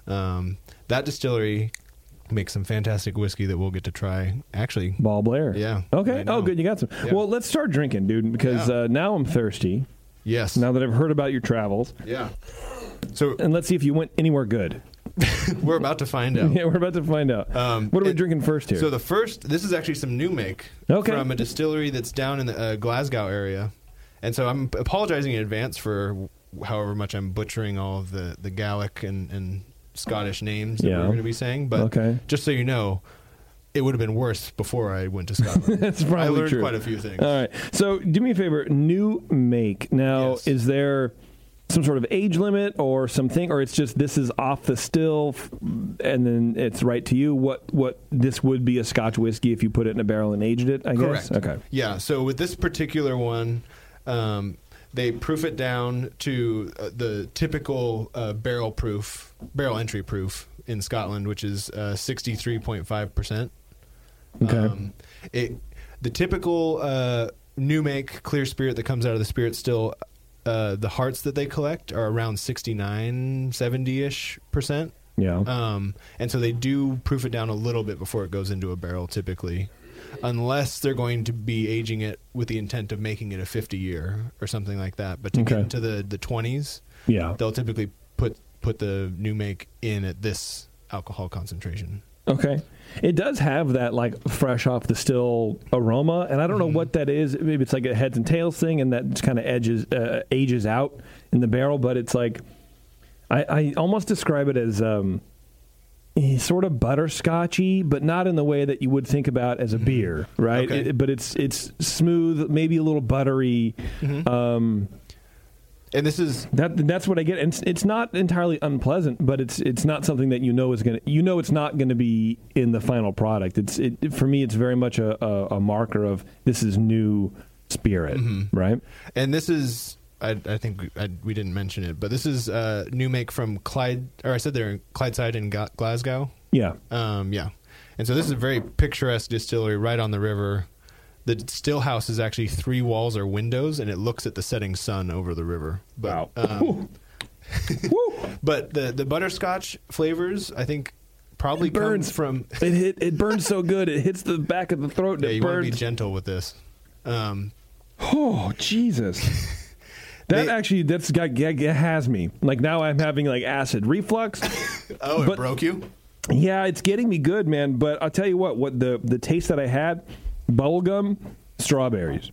Speaker 2: um, that distillery makes some fantastic whiskey that we'll get to try. Actually,
Speaker 1: Ball Blair.
Speaker 2: Yeah,
Speaker 1: Okay.
Speaker 2: I
Speaker 1: Oh,
Speaker 2: know.
Speaker 1: good. You got some.
Speaker 2: Yeah.
Speaker 1: Well, let's start drinking, dude, because
Speaker 2: Yeah.
Speaker 1: uh, now I'm thirsty.
Speaker 2: yes.
Speaker 1: Now that I've heard about your travels,
Speaker 2: Yeah. So
Speaker 1: and let's see if you went anywhere good.
Speaker 2: we're about to find out.
Speaker 1: Yeah, we're about to find out.
Speaker 2: Um,
Speaker 1: what are we
Speaker 2: it-
Speaker 1: drinking first here?
Speaker 2: So the first, this is actually some new make
Speaker 1: Okay.
Speaker 2: from a distillery that's down in the uh, Glasgow area, and so I'm apologizing in advance for however much I'm butchering all of the the Gaelic and, and Scottish names that
Speaker 1: Yeah.
Speaker 2: we're going to be saying. But
Speaker 1: Okay.
Speaker 2: just so you know, it would have been worse before I went to Scotland.
Speaker 1: That's probably
Speaker 2: I learned
Speaker 1: true.
Speaker 2: quite a few things.
Speaker 1: All right. So do me a favor. New make. Now,
Speaker 2: Yes.
Speaker 1: is there some sort of age limit or something, or it's just this is off the still, f- and then it's right to you? What what this would be a Scotch whiskey if you put it in a barrel and aged it? I
Speaker 2: Correct.
Speaker 1: guess. Okay.
Speaker 2: Yeah. So with this particular one, um, they proof it down to uh, the typical uh, barrel proof, barrel entry proof in Scotland, which is uh, sixty-three point five percent.
Speaker 1: Okay.
Speaker 2: Um, It the typical uh, new make clear spirit that comes out of the spirit still. Uh, the hearts that they collect are around 69 70-ish percent
Speaker 1: Yeah.
Speaker 2: um, and so they do proof it down a little bit before it goes into a barrel, typically, unless they're going to be aging it with the intent of making it a 50 year or something like that. But to
Speaker 1: Okay.
Speaker 2: get into the, the 20s,
Speaker 1: yeah.
Speaker 2: they'll typically put put the new make in at this alcohol concentration.
Speaker 1: Okay. It does have that like fresh off the still aroma, and I don't know what that is. Maybe it's like a heads and tails thing, and that just kind of edges uh, ages out in the barrel. But it's like I, I almost describe it as um, eh, sort of butterscotchy, but not in the way that you would think about as a beer, right?
Speaker 2: Okay.
Speaker 1: It- but it's it's smooth, maybe a little buttery. Um,
Speaker 2: And this is
Speaker 1: that that's what I get. And it's, it's not entirely unpleasant, but it's it's not something that you know is gonna you know it's not gonna be in the final product. It's it for me. It's very much a, a, a marker of this is new spirit,
Speaker 2: Mm-hmm.
Speaker 1: right?
Speaker 2: and this is I, I think we, I, we didn't mention it, but this is uh, new make from Clyde, or I said they're in Clydeside in Ga- Glasgow.
Speaker 1: Yeah,
Speaker 2: Um, yeah, and so this is a very picturesque distillery right on the river. The still house is actually three walls are windows, and it looks at the setting sun over the river. But,
Speaker 1: Wow.
Speaker 2: um,
Speaker 1: Woo!
Speaker 2: but the the butterscotch flavors, I think, probably
Speaker 1: It burns.
Speaker 2: comes from.
Speaker 1: It hit. It burns so good. It hits the back of the throat. And
Speaker 2: Yeah,
Speaker 1: it
Speaker 2: you want to be
Speaker 1: burns.
Speaker 2: gentle with this. Um,
Speaker 1: oh Jesus! That
Speaker 2: They-
Speaker 1: actually that's got that has me. Like now I'm having like acid reflux.
Speaker 2: oh, it
Speaker 1: But-
Speaker 2: broke you.
Speaker 1: Yeah, it's getting me good, man. But I'll tell you what, what the the taste that I had, bubblegum, strawberries.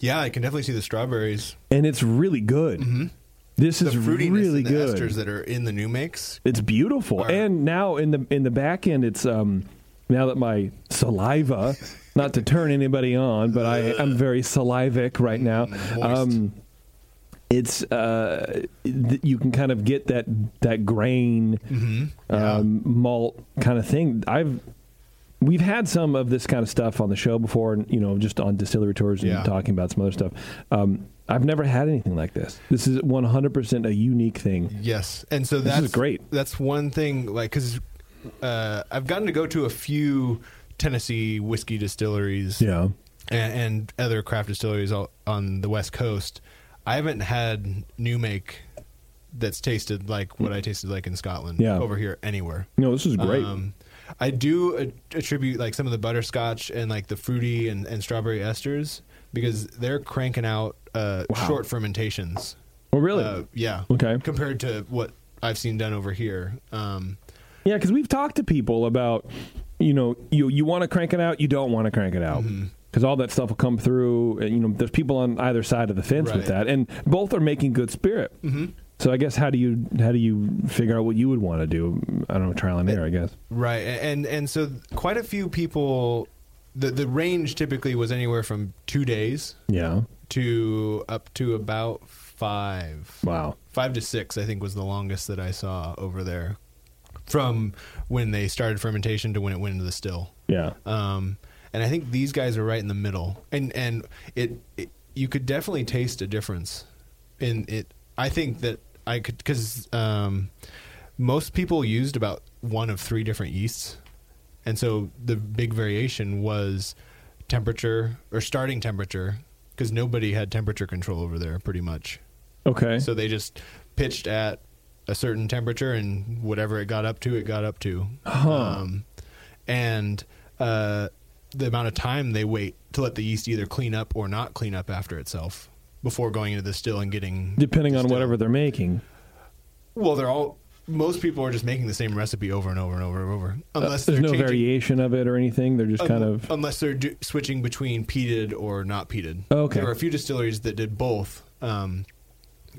Speaker 2: Yeah, I can definitely see the strawberries,
Speaker 1: And it's really good. This
Speaker 2: Mm-hmm. the
Speaker 1: is
Speaker 2: fruitiness,
Speaker 1: really
Speaker 2: and the
Speaker 1: good.
Speaker 2: esters that are in the new makes.
Speaker 1: it's beautiful.
Speaker 2: Are-
Speaker 1: And now in the in the back end it's um now that my saliva not to turn anybody on, but I am very salivic right now.
Speaker 2: moist.
Speaker 1: Um it's uh th- you can kind of get that that grain
Speaker 2: Mm-hmm.
Speaker 1: um, malt kind of thing. I've we've had some of this kind of stuff on the show before, and you know, just on distillery tours and
Speaker 2: Yeah.
Speaker 1: talking about some other stuff. Um, I've never had anything like this. This is 100% a unique thing.
Speaker 2: Yes, and so
Speaker 1: This is
Speaker 2: that's
Speaker 1: great.
Speaker 2: That's one thing, like because uh, I've gotten to go to a few Tennessee whiskey distilleries,
Speaker 1: Yeah.
Speaker 2: and, and other craft distilleries all, on the West Coast. I haven't had new make that's tasted like what I tasted like in Scotland
Speaker 1: Yeah.
Speaker 2: over here anywhere.
Speaker 1: No, this is great.
Speaker 2: Um, I do a- attribute like some of the butterscotch and like the fruity and, and strawberry esters because they're cranking out uh,
Speaker 1: Wow.
Speaker 2: short fermentations.
Speaker 1: oh, really?
Speaker 2: Uh, yeah.
Speaker 1: Okay.
Speaker 2: Compared to what I've seen done over here. Um,
Speaker 1: yeah, because we've talked to people about, you know, you you want to crank it out, you don't want to crank it out.
Speaker 2: Mm-hmm.
Speaker 1: Because all that stuff will come through, and you know, there's people on either side of the fence with
Speaker 2: Right.
Speaker 1: that, and both are making good spirit. Mm-hmm. So I guess how do you how do you figure out what you would want to do? I don't know, trial and error, I guess.
Speaker 2: right. A- And and so quite a few people. The the range typically was anywhere from two days
Speaker 1: Yeah.
Speaker 2: to up to about five.
Speaker 1: Wow.
Speaker 2: Five to six, I think, was the longest that I saw over there, from when they started fermentation to when it went into the still.
Speaker 1: Yeah.
Speaker 2: Um, and I think these guys are right in the middle, and and it, it you could definitely taste a difference in it. I think that I could because um, most people used about one of three different yeasts, and so the big variation was temperature or starting temperature because nobody had temperature control over there pretty much.
Speaker 1: Okay.
Speaker 2: So they just pitched at a certain temperature, and whatever it got up to, it got up to. Um, and uh, the amount of time they wait to let the yeast either clean up or not clean up after itself before going into the still and getting
Speaker 1: depending on
Speaker 2: distilled.
Speaker 1: whatever they're making.
Speaker 2: Well, they're all. Most people are just making the same recipe over and over and over and over, unless
Speaker 1: Uh, There's
Speaker 2: they're
Speaker 1: no
Speaker 2: changing- Uh,
Speaker 1: variation of it or anything. They're just
Speaker 2: un-
Speaker 1: kind of
Speaker 2: unless they're do- switching between peated or not peated.
Speaker 1: Okay.
Speaker 2: there were a few distilleries that did both, um,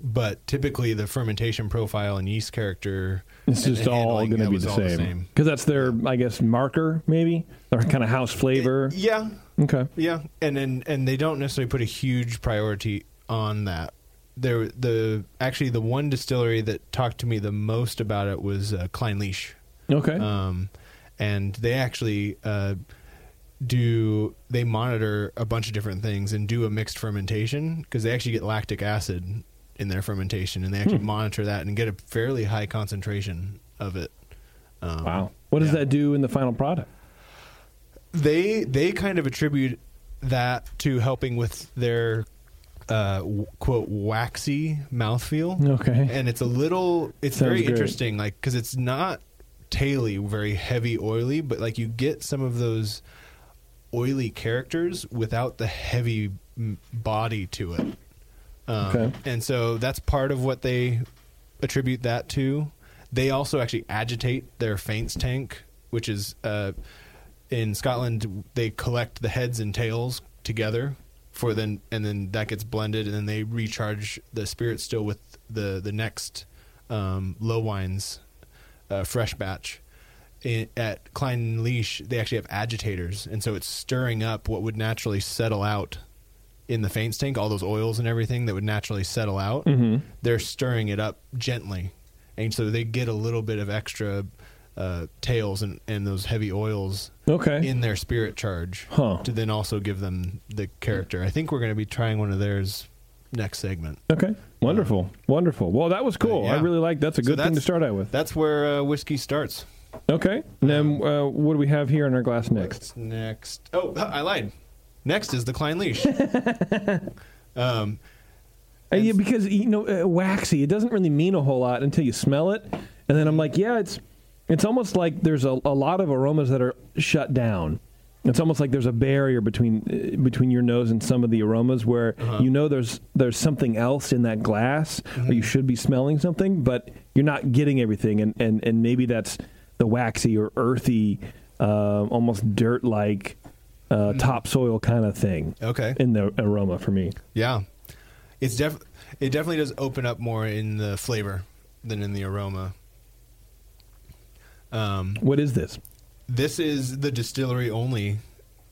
Speaker 2: but typically the fermentation profile and yeast character.
Speaker 1: it's
Speaker 2: and-
Speaker 1: just
Speaker 2: and
Speaker 1: all
Speaker 2: handling,
Speaker 1: going to
Speaker 2: that
Speaker 1: be
Speaker 2: was
Speaker 1: the
Speaker 2: all
Speaker 1: same because that's their I guess marker maybe their kind of house flavor.
Speaker 2: Yeah,
Speaker 1: okay.
Speaker 2: yeah, and and and they don't necessarily put a huge priority on that. There, the actually the one distillery that talked to me the most about it was uh, Klein Leash.
Speaker 1: Okay.
Speaker 2: um, and they actually uh, do they monitor a bunch of different things and do a mixed fermentation because they actually get lactic acid in their fermentation and they actually monitor that and get a fairly high concentration of it. Um,
Speaker 1: wow. What does
Speaker 2: yeah.
Speaker 1: that do in the final product?
Speaker 2: They they kind of attribute that to helping with their uh, w- quote waxy mouthfeel.
Speaker 1: Okay.
Speaker 2: and it's a little it's
Speaker 1: Sounds
Speaker 2: very
Speaker 1: great.
Speaker 2: interesting like because it's not taily very heavy oily but like you get some of those oily characters without the heavy m- body to it um,
Speaker 1: Okay.
Speaker 2: and so that's part of what they attribute that to they also actually agitate their faints tank which is uh, in scotland they collect the heads and tails together for then and then that gets blended and then they recharge the spirit still with the the next um, low wines uh, fresh batch in, at Klein Leash, they actually have agitators, and so it's stirring up what would naturally settle out in the faints tank, all those oils and everything that would naturally settle out.
Speaker 1: Mm-hmm. Hmm.
Speaker 2: They're stirring it up gently, and so they get a little bit of extra uh, tails and, and those heavy oils
Speaker 1: Okay.
Speaker 2: in their spirit charge
Speaker 1: Huh.
Speaker 2: to then also give them the character. I think we're going to be trying one of theirs next segment.
Speaker 1: okay. Wonderful. Wonderful. Well, that was cool.
Speaker 2: uh, yeah.
Speaker 1: I really like that's a
Speaker 2: So
Speaker 1: good thing to
Speaker 2: that's-
Speaker 1: start out with.
Speaker 2: That's where uh, whiskey starts.
Speaker 1: Okay. And then uh, what do we have here in our glass next?
Speaker 2: What's next? Oh, I lied. Next is the Klein leash. um,
Speaker 1: Uh, yeah, because you know, uh, waxy. It doesn't really mean a whole lot until you smell it, and then I'm like, yeah, it's it's almost like there's a, a lot of aromas that are shut down. It's almost like there's a barrier between uh, between your nose and some of the aromas where you know there's there's something else in that glass or you should be smelling something, but you're not getting everything, and and and maybe that's the waxy or earthy, um almost dirt like. Uh, topsoil kind of thing
Speaker 2: Okay.
Speaker 1: in the aroma for me.
Speaker 2: Yeah, it's def it definitely does open up more in the flavor than in the aroma. Um,
Speaker 1: What is this?
Speaker 2: this is the distillery only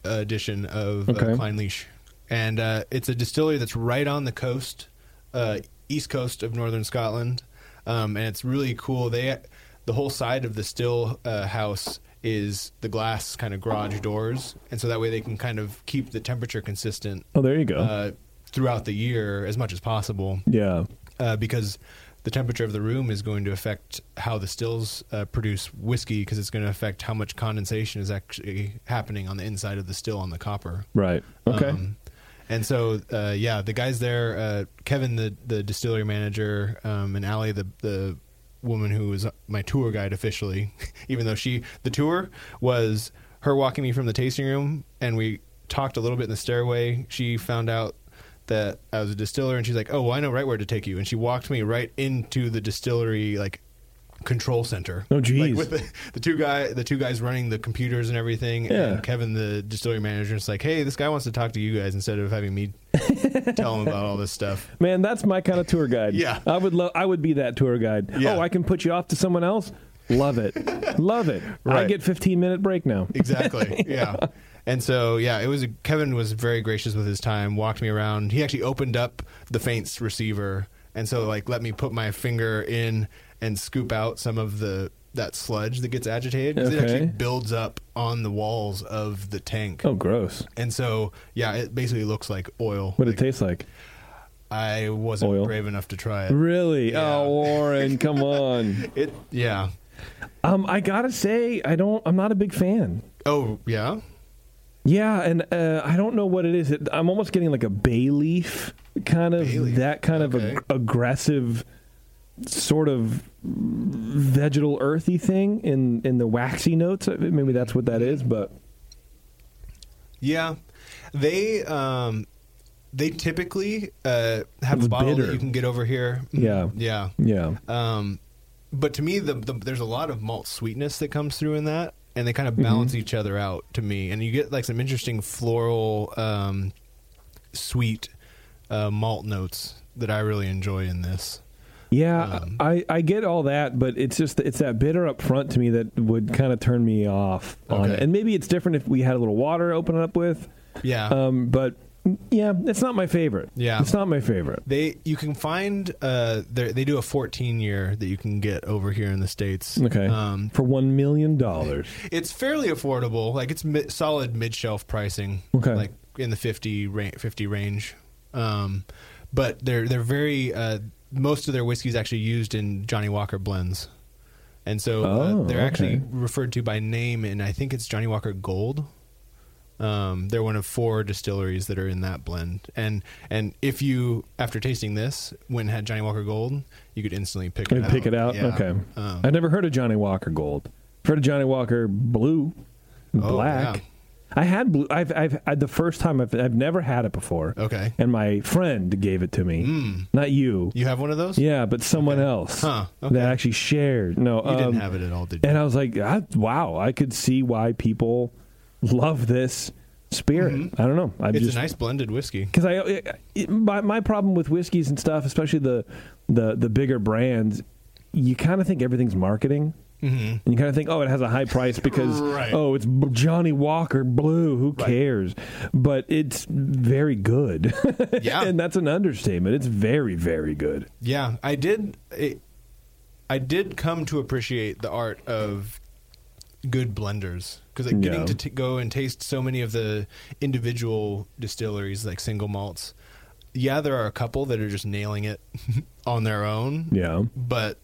Speaker 2: uh, edition of
Speaker 1: Okay.
Speaker 2: uh, Klein Leash, and uh, it's a distillery that's right on the coast, uh, east coast of northern Scotland, um, and it's really cool. They the whole side of the still uh, house is the glass kind of garage doors, and so that way they can kind of keep the temperature consistent
Speaker 1: Oh, there you go.
Speaker 2: uh, throughout the year as much as possible
Speaker 1: yeah.
Speaker 2: uh, because the temperature of the room is going to affect how the stills uh, produce whiskey because it's going to affect how much condensation is actually happening on the inside of the still on the copper.
Speaker 1: Right. Okay.
Speaker 2: Um, and so, uh, yeah, the guys there, uh, Kevin, the, the distillery manager, um, and Allie, the, the woman who was my tour guide officially, even though she, the tour was her walking me from the tasting room and we talked a little bit in the stairway. She found out that I was a distiller and she's like, oh, well, I know right where to take you. And she walked me right into the distillery, like, control center
Speaker 1: Oh, geez.
Speaker 2: Like, with the, the two guy the two guys running the computers and everything
Speaker 1: Yeah.
Speaker 2: and Kevin, the distillery manager, is like, "Hey, this guy wants to talk to you guys instead of having me tell him about all this stuff."
Speaker 1: Man, that's my kind of tour guide.
Speaker 2: Yeah.
Speaker 1: I would love I would be that tour guide.
Speaker 2: Yeah.
Speaker 1: Oh, I can put you off to someone else? Love it. love it. I
Speaker 2: Right.
Speaker 1: get 15 minute break now.
Speaker 2: Exactly. yeah. And so, yeah, it was. Kevin was very gracious with his time. Walked me around. He actually opened up the faints receiver, and so like let me put my finger in and scoop out some of the that sludge that gets agitated 'cause it
Speaker 1: Okay.
Speaker 2: actually builds up on the walls of the tank.
Speaker 1: Oh, gross.
Speaker 2: And so, yeah, it basically looks like oil.
Speaker 1: What
Speaker 2: Like,
Speaker 1: it tastes like?
Speaker 2: I wasn't
Speaker 1: Oil.
Speaker 2: brave enough to try it.
Speaker 1: Really?
Speaker 2: Yeah.
Speaker 1: Oh, Warren, come on.
Speaker 2: It yeah.
Speaker 1: Um, I gotta say, I don't. I'm not a big fan.
Speaker 2: Oh yeah.
Speaker 1: Yeah, and uh, I don't know what it is. It, I'm almost getting like a bay leaf kind of
Speaker 2: Bay leaf.
Speaker 1: that kind of
Speaker 2: Okay.
Speaker 1: ag- aggressive sort of vegetal earthy thing in in the waxy notes. Uh, Maybe that's what that is, but
Speaker 2: Yeah. They um they typically uh have
Speaker 1: It's
Speaker 2: a bottle
Speaker 1: bitter.
Speaker 2: that you can get over here. Mm-hmm.
Speaker 1: Yeah.
Speaker 2: Yeah.
Speaker 1: yeah.
Speaker 2: Um but to me the, the there's a lot of malt sweetness that comes through in that and they kind
Speaker 1: Mm-hmm.
Speaker 2: of balance each other out to me and you get like some interesting floral um sweet uh malt notes that I really enjoy in this.
Speaker 1: Yeah,
Speaker 2: Um,
Speaker 1: I, I get all that, but it's just it's that bitter up front to me that would kind of turn me off on
Speaker 2: Okay.
Speaker 1: it. And maybe it's different if we had a little water to open it up with.
Speaker 2: Yeah.
Speaker 1: Um, but yeah, it's not my favorite.
Speaker 2: Yeah.
Speaker 1: it's not my favorite.
Speaker 2: They you can find uh they're- they do a 14 year that you can get over here in the states.
Speaker 1: Okay,
Speaker 2: Um,
Speaker 1: for one million dollars.
Speaker 2: it's fairly affordable. Like it's mi- solid mid shelf pricing.
Speaker 1: Okay.
Speaker 2: Like in the 50 ra- 50 range. Um, but they're they're very uh, most of their whiskey is actually used in Johnny Walker blends. And so
Speaker 1: Oh,
Speaker 2: uh, they're actually
Speaker 1: okay.
Speaker 2: referred to by name and I think it's Johnny Walker Gold. Um, they're one of four distilleries that are in that blend, and and if you after tasting this, when had Johnny Walker Gold, you could instantly pick it
Speaker 1: And
Speaker 2: out.
Speaker 1: pick it out.
Speaker 2: Yeah.
Speaker 1: Okay,
Speaker 2: Um,
Speaker 1: I've never heard of Johnny Walker Gold. I've heard of Johnny Walker Blue,
Speaker 2: Oh,
Speaker 1: Black.
Speaker 2: yeah.
Speaker 1: I had blue. I've, I've I, the first time I've I've never had it before.
Speaker 2: okay,
Speaker 1: And my friend gave it to me. Not you.
Speaker 2: Mm. you have one of those.
Speaker 1: Yeah, but someone else
Speaker 2: Huh, okay.
Speaker 1: that actually shared. No,
Speaker 2: You
Speaker 1: um,
Speaker 2: didn't have it at all, did you?
Speaker 1: And I was like, I, wow, I could see why people love this spirit. I don't know. I
Speaker 2: Mm-hmm. it's
Speaker 1: just
Speaker 2: a nice blended whiskey.
Speaker 1: because I it, it- my my problem with whiskeys and stuff, especially the the the bigger brands, you kind of think everything's marketing.
Speaker 2: Mm-hmm.
Speaker 1: And you kind of think, oh, it has a high price because,
Speaker 2: Right.
Speaker 1: oh, it's B- Johnny Walker Blue. Who
Speaker 2: Right.
Speaker 1: cares? But it's very good.
Speaker 2: Yeah.
Speaker 1: and that's an understatement. It's very, very good.
Speaker 2: Yeah, I did. It, I did come to appreciate the art of good blenders because like getting
Speaker 1: Yeah.
Speaker 2: to t- go and taste so many of the individual distilleries, like single malts. Yeah, there are a couple that are just nailing it on their own.
Speaker 1: Yeah.
Speaker 2: but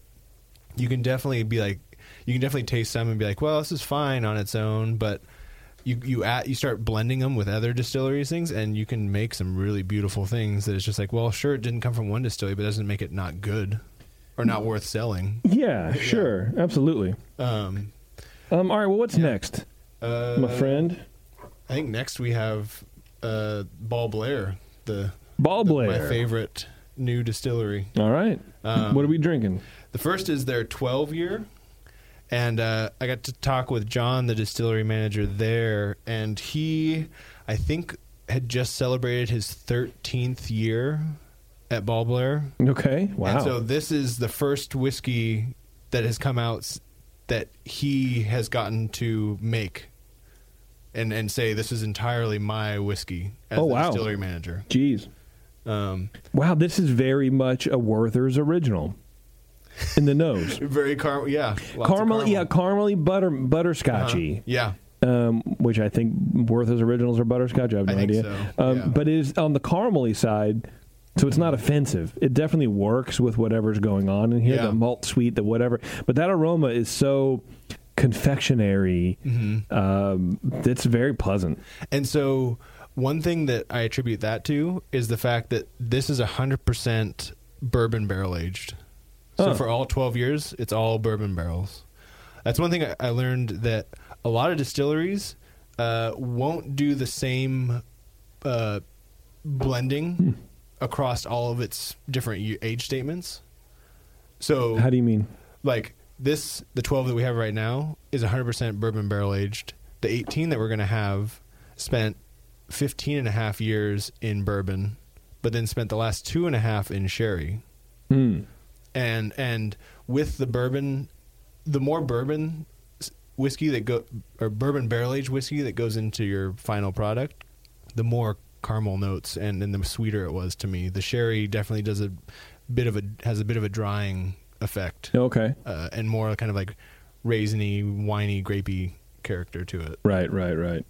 Speaker 2: you can definitely be like you can definitely taste some and be like well this is fine on its own but you you at, you start blending them with other distilleries things and you can make some really beautiful things that it's just like well sure it didn't come from one distillery but it doesn't make it not good or not worth selling
Speaker 1: Yeah, sure. Absolutely.
Speaker 2: um
Speaker 1: Um, all right. Well, what's next,
Speaker 2: Uh,
Speaker 1: my friend?
Speaker 2: I think next we have uh, Ball Blair, the,
Speaker 1: Ball
Speaker 2: the-
Speaker 1: Blair.
Speaker 2: my favorite new distillery.
Speaker 1: All right.
Speaker 2: Um,
Speaker 1: what are we drinking?
Speaker 2: The first is their 12 year. And uh, I got to talk with John, the distillery manager there, and he, I think, had just celebrated his 13th year at Ball Blair.
Speaker 1: Okay. Wow.
Speaker 2: And so this is the first whiskey that has come out s- that he has gotten to make and, and say, this is entirely my whiskey as
Speaker 1: Oh,
Speaker 2: the
Speaker 1: wow.
Speaker 2: distillery manager.
Speaker 1: Jeez.
Speaker 2: Um,
Speaker 1: Wow. This is very much a Werther's original. In the nose,
Speaker 2: very car, yeah. lots of
Speaker 1: caramel, yeah, caramelly butter butterscotchy.
Speaker 2: Yeah.
Speaker 1: um, which I think Werther's originals are butterscotch. I have no
Speaker 2: Uh-huh. I think
Speaker 1: idea.
Speaker 2: so,
Speaker 1: Um,
Speaker 2: yeah.
Speaker 1: But it is on the caramely side, so it's not offensive. It definitely works with whatever's going on in here
Speaker 2: Yeah.
Speaker 1: the malt sweet, the whatever. But that aroma is so confectionery.
Speaker 2: Mm-hmm.
Speaker 1: Um, it's very pleasant.
Speaker 2: And so, one thing that I attribute that to is the fact that this is 100% bourbon barrel aged. So,
Speaker 1: Huh.
Speaker 2: for all 12 years, it's all bourbon barrels. That's one thing I, I learned that a lot of distilleries uh, won't do the same
Speaker 1: Hmm.
Speaker 2: uh, blending across all of its different u- age statements. So,
Speaker 1: How do you mean?
Speaker 2: like this the 12 that we have right now is 100% bourbon barrel aged the 18 that we're going to have spent 15 and a half years in bourbon but then spent the last two and a half in sherry
Speaker 1: Hmm.
Speaker 2: and and with the bourbon the more bourbon s- whiskey that go or bourbon barrel aged whiskey that goes into your final product the more caramel notes and and the sweeter it was to me the sherry definitely does a bit of a has a bit of a drying effect
Speaker 1: Okay.
Speaker 2: uh, and more kind of like raisiny, whiny, grapey character to it.
Speaker 1: Right, right, right.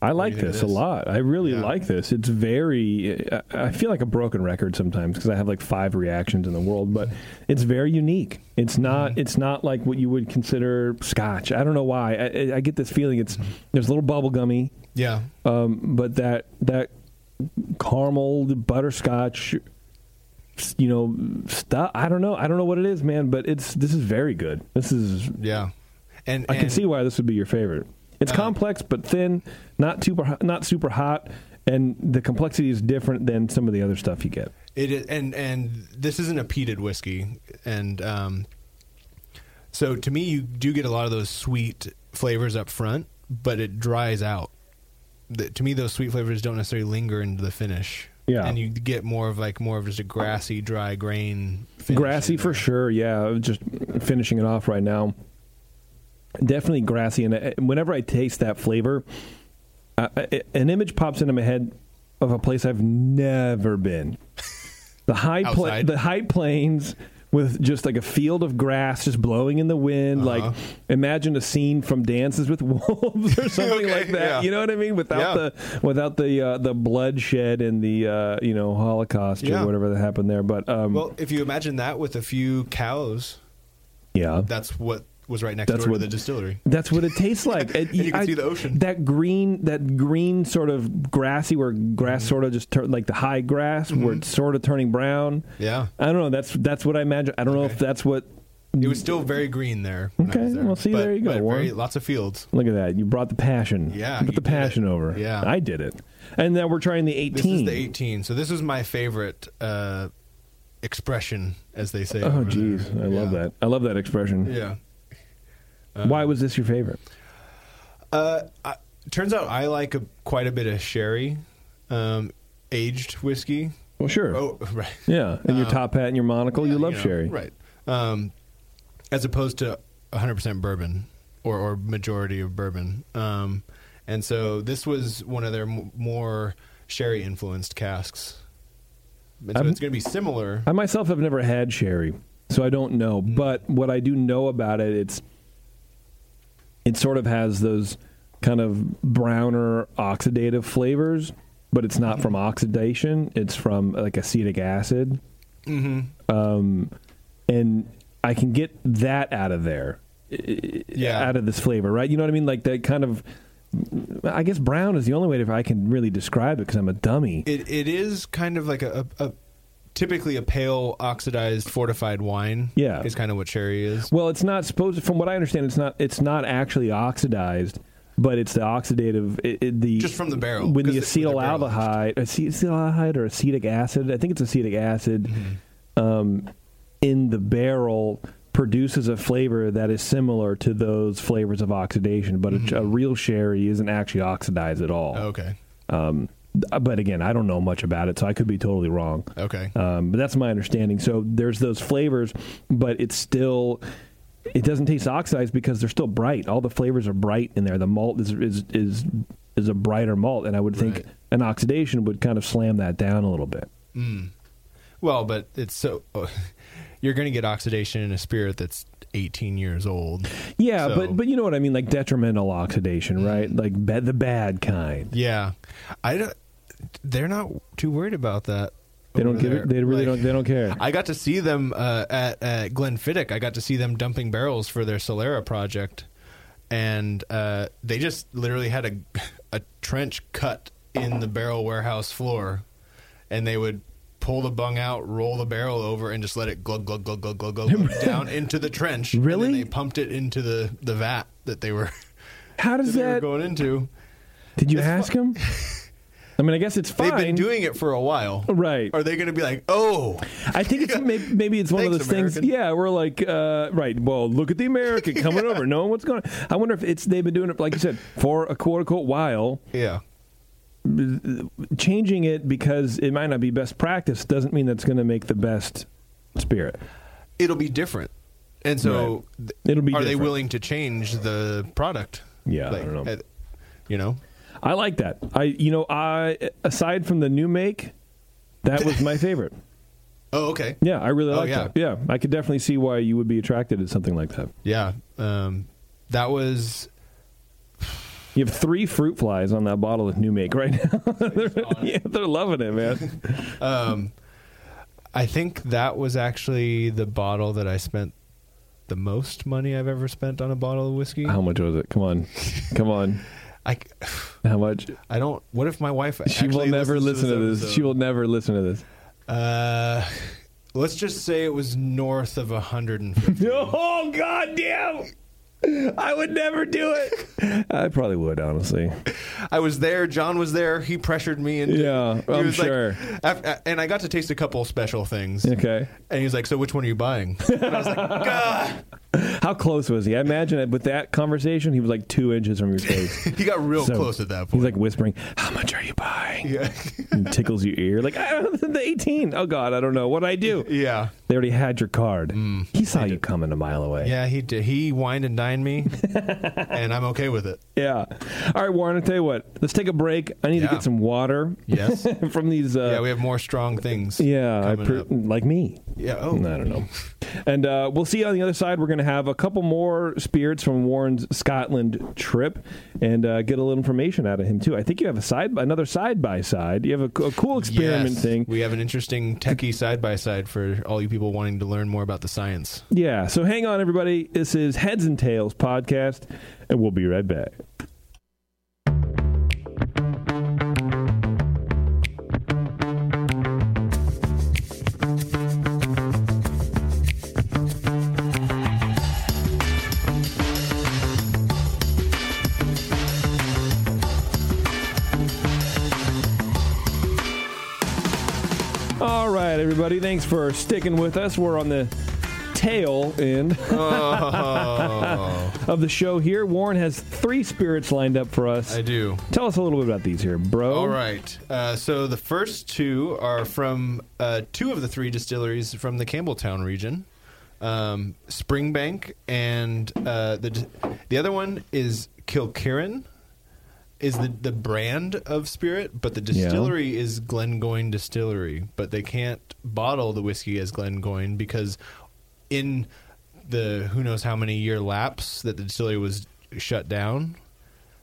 Speaker 1: I like
Speaker 2: think of
Speaker 1: this, a
Speaker 2: this?
Speaker 1: lot. I really
Speaker 2: Yeah.
Speaker 1: like this. It's very. I- I feel like a broken record sometimes because I have like five reactions in the world, but it's very unique. It's not. It's not like what you would consider Scotch. I don't know why. I, I- I get this feeling. It's there's a little bubblegummy,
Speaker 2: Yeah,
Speaker 1: um, but that that caramel the butterscotch, s- you know, stuff. I don't know. I don't know what it is, man. But it's this is very good. This is
Speaker 2: yeah, and
Speaker 1: I can
Speaker 2: and-
Speaker 1: see why this would be your favorite. It's
Speaker 2: Uh,
Speaker 1: complex but thin, not super not super hot, and the complexity is different than some of the other stuff you get.
Speaker 2: It is, and and this isn't a peated whiskey, and um, so to me, you do get a lot of those sweet flavors up front, but it dries out. The, to me, those sweet flavors don't necessarily linger into the finish.
Speaker 1: Yeah.
Speaker 2: and you get more of like more of just a grassy, dry grain. Finish
Speaker 1: grassy
Speaker 2: in
Speaker 1: for
Speaker 2: there.
Speaker 1: sure, yeah. Just finishing it off right now. Definitely grassy, and uh, whenever I taste that flavor, uh, I- an image pops into my head of a place I've never been. The high pla-
Speaker 2: Outside.
Speaker 1: the high plains with just like a field of grass just blowing in the wind.
Speaker 2: Uh-huh.
Speaker 1: Like imagine a scene from Dances with Wolves or something
Speaker 2: Okay,
Speaker 1: like that.
Speaker 2: yeah.
Speaker 1: You know what I mean? Without
Speaker 2: Yeah.
Speaker 1: the without the uh, the bloodshed and the uh, you know Holocaust
Speaker 2: Yeah.
Speaker 1: or whatever that happened there. But um,
Speaker 2: Well, if you imagine that with a few cows,
Speaker 1: yeah,
Speaker 2: that's what was right next
Speaker 1: That's
Speaker 2: door
Speaker 1: what-
Speaker 2: to the distillery.
Speaker 1: That's what it tastes like. And
Speaker 2: you can see the ocean.
Speaker 1: That green, that green sort of grassy, where
Speaker 2: Mm-hmm.
Speaker 1: grass sort of just tur- like the high grass, where it's sort of turning brown.
Speaker 2: Yeah.
Speaker 1: I don't know. That's that's what I imagine. I don't know if
Speaker 2: Okay.
Speaker 1: that's what.
Speaker 2: It was still very green there. when I
Speaker 1: Okay,
Speaker 2: was there.
Speaker 1: well, see,
Speaker 2: But-
Speaker 1: there you go,
Speaker 2: but
Speaker 1: Warren.
Speaker 2: very- lots of fields.
Speaker 1: Look at that! You brought the passion.
Speaker 2: Yeah,
Speaker 1: you
Speaker 2: you
Speaker 1: put the
Speaker 2: did it.
Speaker 1: passion over.
Speaker 2: Yeah.
Speaker 1: I did it. And now we're trying the
Speaker 2: This
Speaker 1: eighteen.
Speaker 2: is the 18. So this is my favorite uh, expression, as they say.
Speaker 1: Oh,
Speaker 2: over there.
Speaker 1: jeez, I love
Speaker 2: Yeah.
Speaker 1: that. I love that expression.
Speaker 2: Yeah.
Speaker 1: Why was this your favorite?
Speaker 2: Uh, I, turns out I like a, quite a bit of sherry, um, aged whiskey.
Speaker 1: Well, sure.
Speaker 2: Oh, right.
Speaker 1: yeah, and your top hat and your monocle. Oh, you
Speaker 2: Yeah,
Speaker 1: love
Speaker 2: know,
Speaker 1: sherry,
Speaker 2: right? Um, as opposed to 100 percent bourbon or, or majority of bourbon. Um, and so this was one of their m- more sherry influenced casks. And so
Speaker 1: I'm-
Speaker 2: it's going to be similar.
Speaker 1: I myself have never had sherry, so I don't know. But what I do know about it, it's it sort of has those kind of browner oxidative flavors, but it's not from oxidation. It's from like acetic acid,
Speaker 2: mm-hmm.
Speaker 1: and I can get that out of there,
Speaker 2: Yeah.
Speaker 1: out of this flavor, right? You know what I mean? Like that kind of. I guess brown is the only way that I can really describe it because I'm a dummy.
Speaker 2: It it is kind of like a, a, a typically a pale oxidized fortified wine.
Speaker 1: Yeah.
Speaker 2: is kind of what sherry is.
Speaker 1: Well, it's not supposed. From what I understand, it's not. It's not actually oxidized, but it's the oxidative. It, it- the
Speaker 2: Just from the barrel,
Speaker 1: when the
Speaker 2: 'cause it- when they're barrel
Speaker 1: acetylaldehyde, ace- acetylaldehyde or acetic acid. I think it's acetic acid
Speaker 2: Mm-hmm.
Speaker 1: um, in the barrel produces a flavor that is similar to those flavors of oxidation. But a, a
Speaker 2: Mm-hmm.
Speaker 1: real sherry isn't actually oxidized at all.
Speaker 2: Okay,
Speaker 1: Uh, But again, I don't know much about it, so I could be totally wrong.
Speaker 2: okay,
Speaker 1: Um, but that's my understanding. So there's those flavors, but it's still it doesn't taste oxidized because they're still bright. All the flavors are bright in there. The malt is is is is a brighter malt, and I would think
Speaker 2: Right.
Speaker 1: an oxidation would kind of slam that down a little bit.
Speaker 2: well, but it's so you're going to get oxidation in a spirit that's 18 years old.
Speaker 1: Yeah,
Speaker 2: So- Mm.
Speaker 1: but but you know what I mean, like detrimental oxidation, right? Like ba- the bad kind.
Speaker 2: Yeah, I don't. They're not too worried about that.
Speaker 1: They don't
Speaker 2: over
Speaker 1: give
Speaker 2: there.
Speaker 1: it. They really
Speaker 2: Like,
Speaker 1: don't. They don't care.
Speaker 2: I got to see them uh, at, at Glenfiddich. I got to see them dumping barrels for their Solera project, and uh, they just literally had a a trench cut in the barrel warehouse floor, and they would pull the bung out, roll the barrel over, and just let it glug glug glug glug glug glug, glug down into the trench. And then
Speaker 1: Really?
Speaker 2: they pumped it into the the vat that they were
Speaker 1: How does
Speaker 2: they were
Speaker 1: that?
Speaker 2: going into.
Speaker 1: Did you ask him? I mean, I guess it's fine.
Speaker 2: They've been doing it for a while.
Speaker 1: right.
Speaker 2: Are they going to be like, oh,
Speaker 1: I think it's maybe, maybe it's one of
Speaker 2: Thanks,
Speaker 1: those things.
Speaker 2: American.
Speaker 1: Yeah, we're like, uh, right. Well, look at the American coming over, knowing what's going. on. I wonder if it's they've been doing it, like you said, for a quote unquote while.
Speaker 2: yeah,
Speaker 1: Changing it because it might not be best practice doesn't mean that's going to make the best spirit.
Speaker 2: it'll be different. And so, th-
Speaker 1: It'll be
Speaker 2: are they
Speaker 1: different.
Speaker 2: willing to change the product?
Speaker 1: Yeah, I don't know.
Speaker 2: uh, you know,
Speaker 1: I like that. I you know I aside from the new make, that was my favorite.
Speaker 2: oh, okay,
Speaker 1: Yeah, I really
Speaker 2: Oh,
Speaker 1: like
Speaker 2: yeah.
Speaker 1: that. Yeah, I could definitely see why you would be attracted to something like that.
Speaker 2: yeah, um, that was
Speaker 1: You have three fruit flies on that bottle of new make right now. they're, yeah, they're loving it, man.
Speaker 2: um, I think that was actually the bottle that I spent the most money I've ever spent on a bottle of whiskey.
Speaker 1: How much was it? Come on, come on.
Speaker 2: I,
Speaker 1: How much?
Speaker 2: I don't. What if my wife?
Speaker 1: She will
Speaker 2: actually
Speaker 1: never
Speaker 2: listens
Speaker 1: listen to this.
Speaker 2: episode?
Speaker 1: She will never listen to this.
Speaker 2: Uh, let's just say it was north of 150.
Speaker 1: Oh God damn! I would never do it. I probably would, honestly.
Speaker 2: I was there. John was there. He pressured me, and
Speaker 1: Yeah, I'm
Speaker 2: was
Speaker 1: sure.
Speaker 2: Like, af- and I got to taste a couple special things.
Speaker 1: Okay.
Speaker 2: And he's like, "So which one are you buying?" And I was like, "God!"
Speaker 1: How close was he? I imagine that with that conversation, he was like two inches from your face.
Speaker 2: He got real
Speaker 1: So,
Speaker 2: close at that
Speaker 1: He's
Speaker 2: point.
Speaker 1: like whispering, "How much are you buying?"
Speaker 2: Yeah,
Speaker 1: And tickles your ear, like I don't, the eighteen. Oh God, I don't know what I do.
Speaker 2: yeah,
Speaker 1: They already had your card. he saw you coming a mile away.
Speaker 2: yeah. He did. He wined and dined me, and I'm okay with it.
Speaker 1: Yeah. All right, Warren. I tell you what. Let's take a break. I need
Speaker 2: Yeah.
Speaker 1: to get some water.
Speaker 2: Yes.
Speaker 1: from these. Uh,
Speaker 2: Yeah, we have more strong things.
Speaker 1: yeah, I
Speaker 2: coming
Speaker 1: pre-
Speaker 2: up.
Speaker 1: like me.
Speaker 2: yeah.
Speaker 1: I
Speaker 2: Oh,
Speaker 1: don't know. And uh, we'll see you on the other side. We're going to have a couple more spirits from Warren's Scotland trip and uh, get a little information out of him too. I think you have a side, another side by side. You have a, co- a cool experiment
Speaker 2: yes.
Speaker 1: thing.
Speaker 2: We have an interesting techie side by side for all you people wanting to learn more about the science.
Speaker 1: Yeah. So hang on, everybody. This is Heads and Tails podcast, and we'll be right back. All right, everybody. Thanks for sticking with us. We're on the tail end
Speaker 2: Oh,
Speaker 1: of the show here. Warren has three spirits lined up for us.
Speaker 2: I do.
Speaker 1: Tell us a little bit about these here, bro.
Speaker 2: All right. Uh, so the first two are from uh, two of the three distilleries from the Campbelltown region, um, Springbank, and uh, the d- the other one is Kilkerran. Is the, the brand of spirit, but the distillery is Glengoyne Distillery. But they can't bottle the whiskey as Glengoyne because, in the who knows how many year lapse that the distillery was shut down,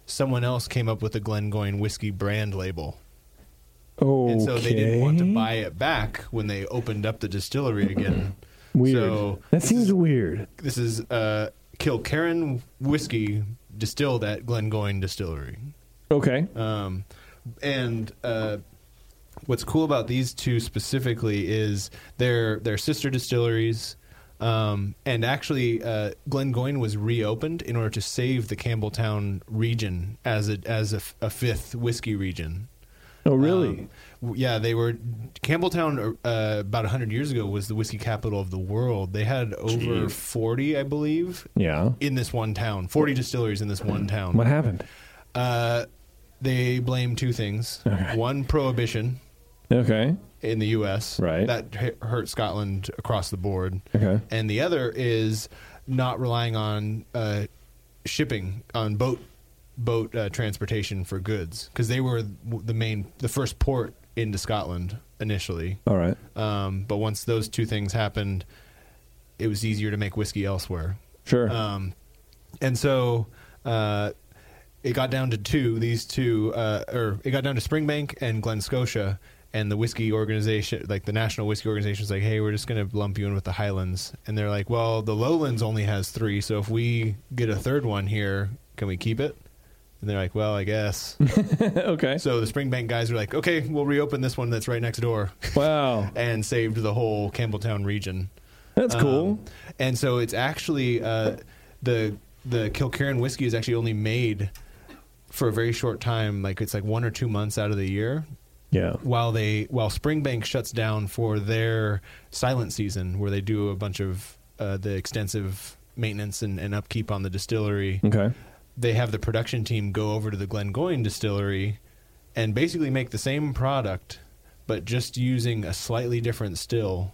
Speaker 2: someone else came up with a Glengoyne whiskey brand label.
Speaker 1: Okay.
Speaker 2: And so they didn't want to buy it back when they opened up the distillery again.
Speaker 1: Weird.
Speaker 2: So
Speaker 1: that seems weird.
Speaker 2: this is uh, Kilkerran whiskey distilled at Glengoyne Distillery.
Speaker 1: Okay.
Speaker 2: Um, and Um, uh, what's cool about these two specifically is they're they're sister distilleries. Um, and actually, uh, Glengoyne was reopened in order to save the Campbelltown region as a, as a, f- a fifth whiskey region.
Speaker 1: Oh, really?
Speaker 2: Um, w- yeah, they were Campbelltown uh, about 100 years ago was the whiskey capital of the world. They had over 40, I believe,
Speaker 1: yeah.
Speaker 2: in this one town. 40 distilleries in this one town.
Speaker 1: What happened?
Speaker 2: Uh, they blame two things. One, prohibition
Speaker 1: Okay.
Speaker 2: in the U.S.
Speaker 1: Right.
Speaker 2: that hu- hurt Scotland across the board.
Speaker 1: Okay.
Speaker 2: And the other is not relying on uh, shipping on boat boat uh, transportation for goods because they were w- the main the first port into Scotland initially.
Speaker 1: All right.
Speaker 2: Um, but once those two things happened, it was easier to make whiskey elsewhere.
Speaker 1: Sure.
Speaker 2: Um, and so uh, it got down to two. These two, uh, or it got down to Springbank and Glen Scotia, and the whiskey organization, like the National Whiskey Organization, is like, "Hey, we're just going to lump you in with the Highlands," and they're like, "Well, the Lowlands only has three, so if we get a third one here, can we keep it?" And they're like, "Well, I guess."
Speaker 1: okay.
Speaker 2: so the Springbank guys are like, "Okay, we'll reopen this one that's right next door,"
Speaker 1: wow.
Speaker 2: and saved the whole Campbelltown region.
Speaker 1: That's cool.
Speaker 2: Um, and so it's actually uh, the the Kilkerran whiskey is actually only made for a very short time. Like it's like one or two months out of the year.
Speaker 1: yeah.
Speaker 2: While they while Springbank shuts down for their silent season, where they do a bunch of uh, the extensive maintenance and, and upkeep on the distillery,
Speaker 1: Okay.
Speaker 2: they have the production team go over to the Glengoyne distillery and basically make the same product, but just using a slightly different still,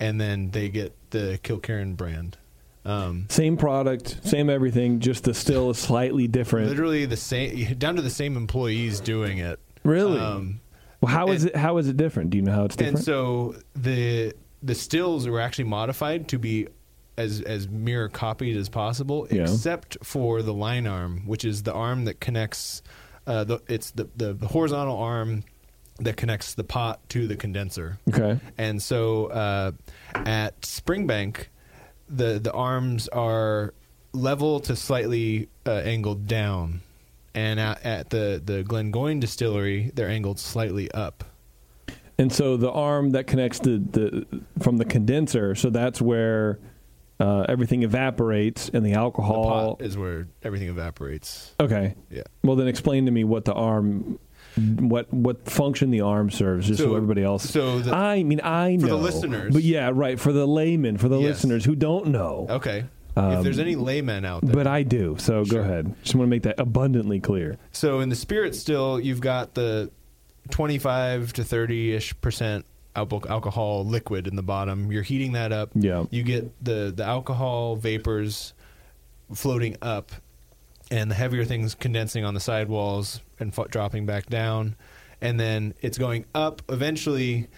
Speaker 2: and then they get the Kilkerran brand. Um,
Speaker 1: Same product, same everything, just the still is slightly different.
Speaker 2: literally the same, down to the same employees doing it.
Speaker 1: Really?
Speaker 2: Um,
Speaker 1: well, how is it? How is it different? Do you know how it's different?
Speaker 2: and so the the stills were actually modified to be as as mirror copied as possible,
Speaker 1: Yeah.
Speaker 2: except for the line arm, which is the arm that connects. Uh, the, it's the, the the horizontal arm that connects the pot to the condenser.
Speaker 1: okay.
Speaker 2: And so uh, at Springbank, the the arms are level to slightly uh, angled down, and at, at the the Glengoyne Distillery, they're angled slightly up.
Speaker 1: And so the arm that connects the, the from the condenser, so that's where uh, everything evaporates and the
Speaker 2: The
Speaker 1: alcohol.
Speaker 2: pot is where everything evaporates.
Speaker 1: okay.
Speaker 2: Yeah.
Speaker 1: Well, then explain to me what the arm, what what function the arm serves, just so,
Speaker 2: So-
Speaker 1: everybody else.
Speaker 2: so the-
Speaker 1: I mean, I know
Speaker 2: the listeners.
Speaker 1: but yeah, right for the laymen, for the
Speaker 2: Yes.
Speaker 1: listeners who don't know.
Speaker 2: Okay. if there's any laymen out there.
Speaker 1: Um, But I do, so
Speaker 2: Sure.
Speaker 1: go ahead. Just want to make that abundantly clear.
Speaker 2: so in the spirit still, you've got the 25 to 30 ish percent alco- alcohol liquid in the bottom. You're heating that up.
Speaker 1: Yeah.
Speaker 2: You get the, the alcohol vapors floating up and the heavier things condensing on the sidewalls and f- dropping back down. And then it's going up. Eventually,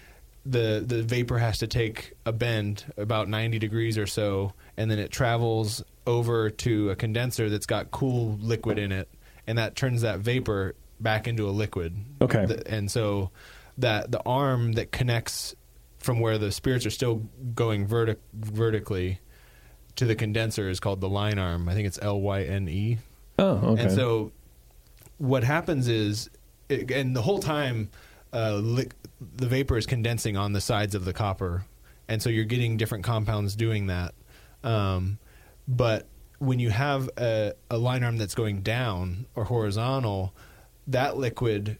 Speaker 2: the, the vapor has to take a bend about 90 degrees or so. And then it travels over to a condenser that's got cool liquid in it. And that turns that vapor back into a liquid.
Speaker 1: Okay.
Speaker 2: The- and so that the arm that connects from where the spirits are still going vertic- vertically to the condenser is called the line arm. I think it's L Y N E.
Speaker 1: Oh, okay.
Speaker 2: And so what happens is, it, and the whole time, uh, li- the vapor is condensing on the sides of the copper. And so you're getting different compounds doing that. Um, but when you have a, a line arm that's going down or horizontal, that liquid,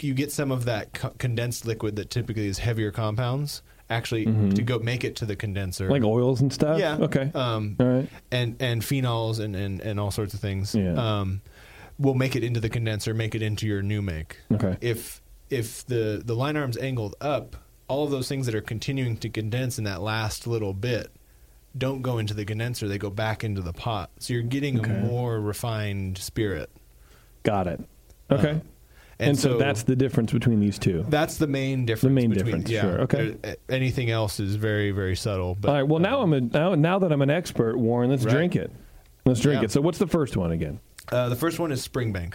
Speaker 2: you get some of that co- condensed liquid that typically is heavier compounds actually to go make it to the condenser.
Speaker 1: Mm-hmm. like oils and stuff.
Speaker 2: yeah.
Speaker 1: Okay.
Speaker 2: Um,
Speaker 1: All right.
Speaker 2: and and phenols and and, and all sorts of things
Speaker 1: Yeah.
Speaker 2: um will make it into the condenser make it into your new make
Speaker 1: Okay.
Speaker 2: if if the the line arm's angled up all of those things that are continuing to condense in that last little bit don't go into the condenser they go back into the pot so you're getting
Speaker 1: Okay.
Speaker 2: a more refined spirit
Speaker 1: Got it. Okay.
Speaker 2: Um,
Speaker 1: and so, that's the difference between these two.
Speaker 2: that's the main difference
Speaker 1: main
Speaker 2: between,
Speaker 1: difference,
Speaker 2: yeah,
Speaker 1: sure, okay.
Speaker 2: There- anything else is very very subtle but uh,
Speaker 1: All right. Well, now I'm a, now now that I'm an expert, Warren. Let's
Speaker 2: Right.
Speaker 1: drink it. Let's drink
Speaker 2: Yeah.
Speaker 1: it. So what's the first one again?
Speaker 2: Uh, the first one is Springbank,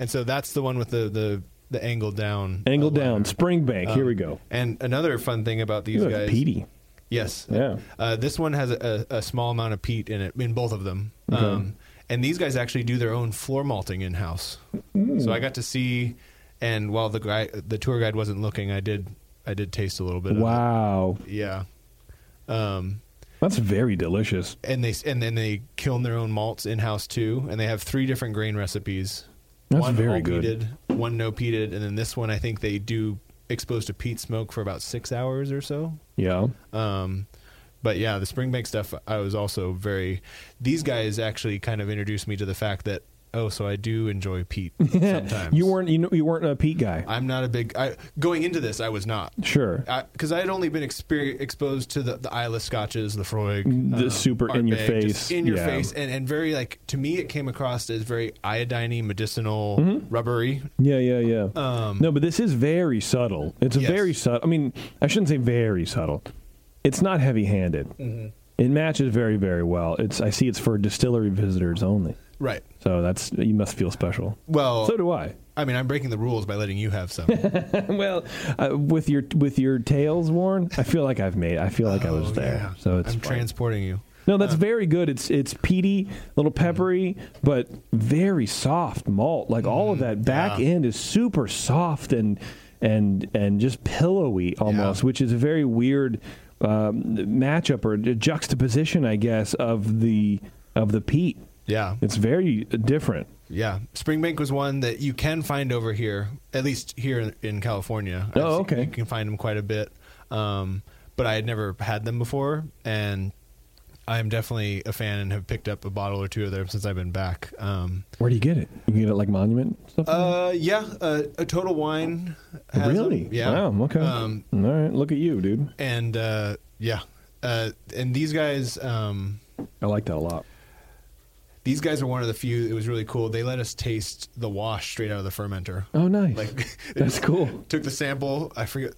Speaker 2: and so that's the one with the the, the angle down.
Speaker 1: Angle
Speaker 2: outline.
Speaker 1: down, Springbank. Here we go.
Speaker 2: And another fun thing about Um, these
Speaker 1: Ooh, that's
Speaker 2: guys,
Speaker 1: peaty.
Speaker 2: yes,
Speaker 1: Yeah.
Speaker 2: Uh, this one has a, a, a small amount of peat in it in both of them.
Speaker 1: Mm.
Speaker 2: Um, and these guys actually do their own floor malting in house, so I got to see and while the guy the tour guide wasn't looking, I did I did taste a little bit. Of
Speaker 1: Wow,
Speaker 2: it. Yeah. Um,
Speaker 1: that's very delicious.
Speaker 2: and they and then they kiln their own malts in house too, and they have three different grain recipes.
Speaker 1: That's
Speaker 2: one
Speaker 1: very
Speaker 2: all
Speaker 1: good.
Speaker 2: peated, one no peated, and then this one I think they do exposed to peat smoke for about six hours or so.
Speaker 1: Yeah,
Speaker 2: Um, but yeah, the Springbank stuff, I was also very. These guys actually kind of introduced me to the fact that oh, so I do enjoy peat sometimes.
Speaker 1: you weren't you, know, you weren't a peat guy.
Speaker 2: I'm not a big. I, going into this, I was not
Speaker 1: sure,
Speaker 2: because I, had only been exper- exposed to the, the Isla scotches, the Freud,
Speaker 1: The super in your
Speaker 2: Ardbeg, just
Speaker 1: face,
Speaker 2: in your
Speaker 1: yeah.
Speaker 2: face, and, and very like to me, it came across as very iodiney, medicinal,
Speaker 1: Mm-hmm.
Speaker 2: rubbery.
Speaker 1: Yeah, yeah, yeah.
Speaker 2: Um,
Speaker 1: no, but this is very subtle. It's a
Speaker 2: Yes.
Speaker 1: very subtle. I mean, I shouldn't say very subtle. It's not heavy-handed.
Speaker 2: Mm-hmm.
Speaker 1: It matches very, very well. It's I see it's for distillery visitors only.
Speaker 2: Right.
Speaker 1: So that's you must feel special.
Speaker 2: Well,
Speaker 1: So do I.
Speaker 2: I mean, I'm breaking the rules by letting you have some.
Speaker 1: well, uh, with your with your tails worn, I feel like I've made. I feel like I was
Speaker 2: Oh,
Speaker 1: there.
Speaker 2: yeah.
Speaker 1: So it's
Speaker 2: I'm
Speaker 1: fine.
Speaker 2: transporting you.
Speaker 1: No, that's very good. It's it's peaty, little peppery, but very soft malt. Like all of that back
Speaker 2: yeah.
Speaker 1: end is super soft and and and just pillowy almost, which is a very weird um, matchup or ju- juxtaposition, I guess, of the of the peat.
Speaker 2: Yeah,
Speaker 1: It's very different.
Speaker 2: yeah. Springbank was one that you can find over here, at least here in- in California. I've
Speaker 1: Oh,
Speaker 2: seen-
Speaker 1: okay.
Speaker 2: You can find them quite a bit, um, but I had never had them before, and I'm definitely a fan and have picked up a bottle or two of them since I've been back. Um,
Speaker 1: Where do you get it? You can get it like Monument and stuff.
Speaker 2: uh, yeah, uh, a Total Wine. Has them.
Speaker 1: really?
Speaker 2: Yeah.
Speaker 1: Wow. Okay.
Speaker 2: Um,
Speaker 1: all right. Look at you, dude.
Speaker 2: and uh, yeah, uh, and these guys. Um,
Speaker 1: I like that a lot.
Speaker 2: these guys were one of the few. It was really cool. They let us taste the wash straight out of the fermenter.
Speaker 1: Oh, nice.
Speaker 2: Like they
Speaker 1: That's
Speaker 2: just
Speaker 1: cool.
Speaker 2: Took the sample. I forget.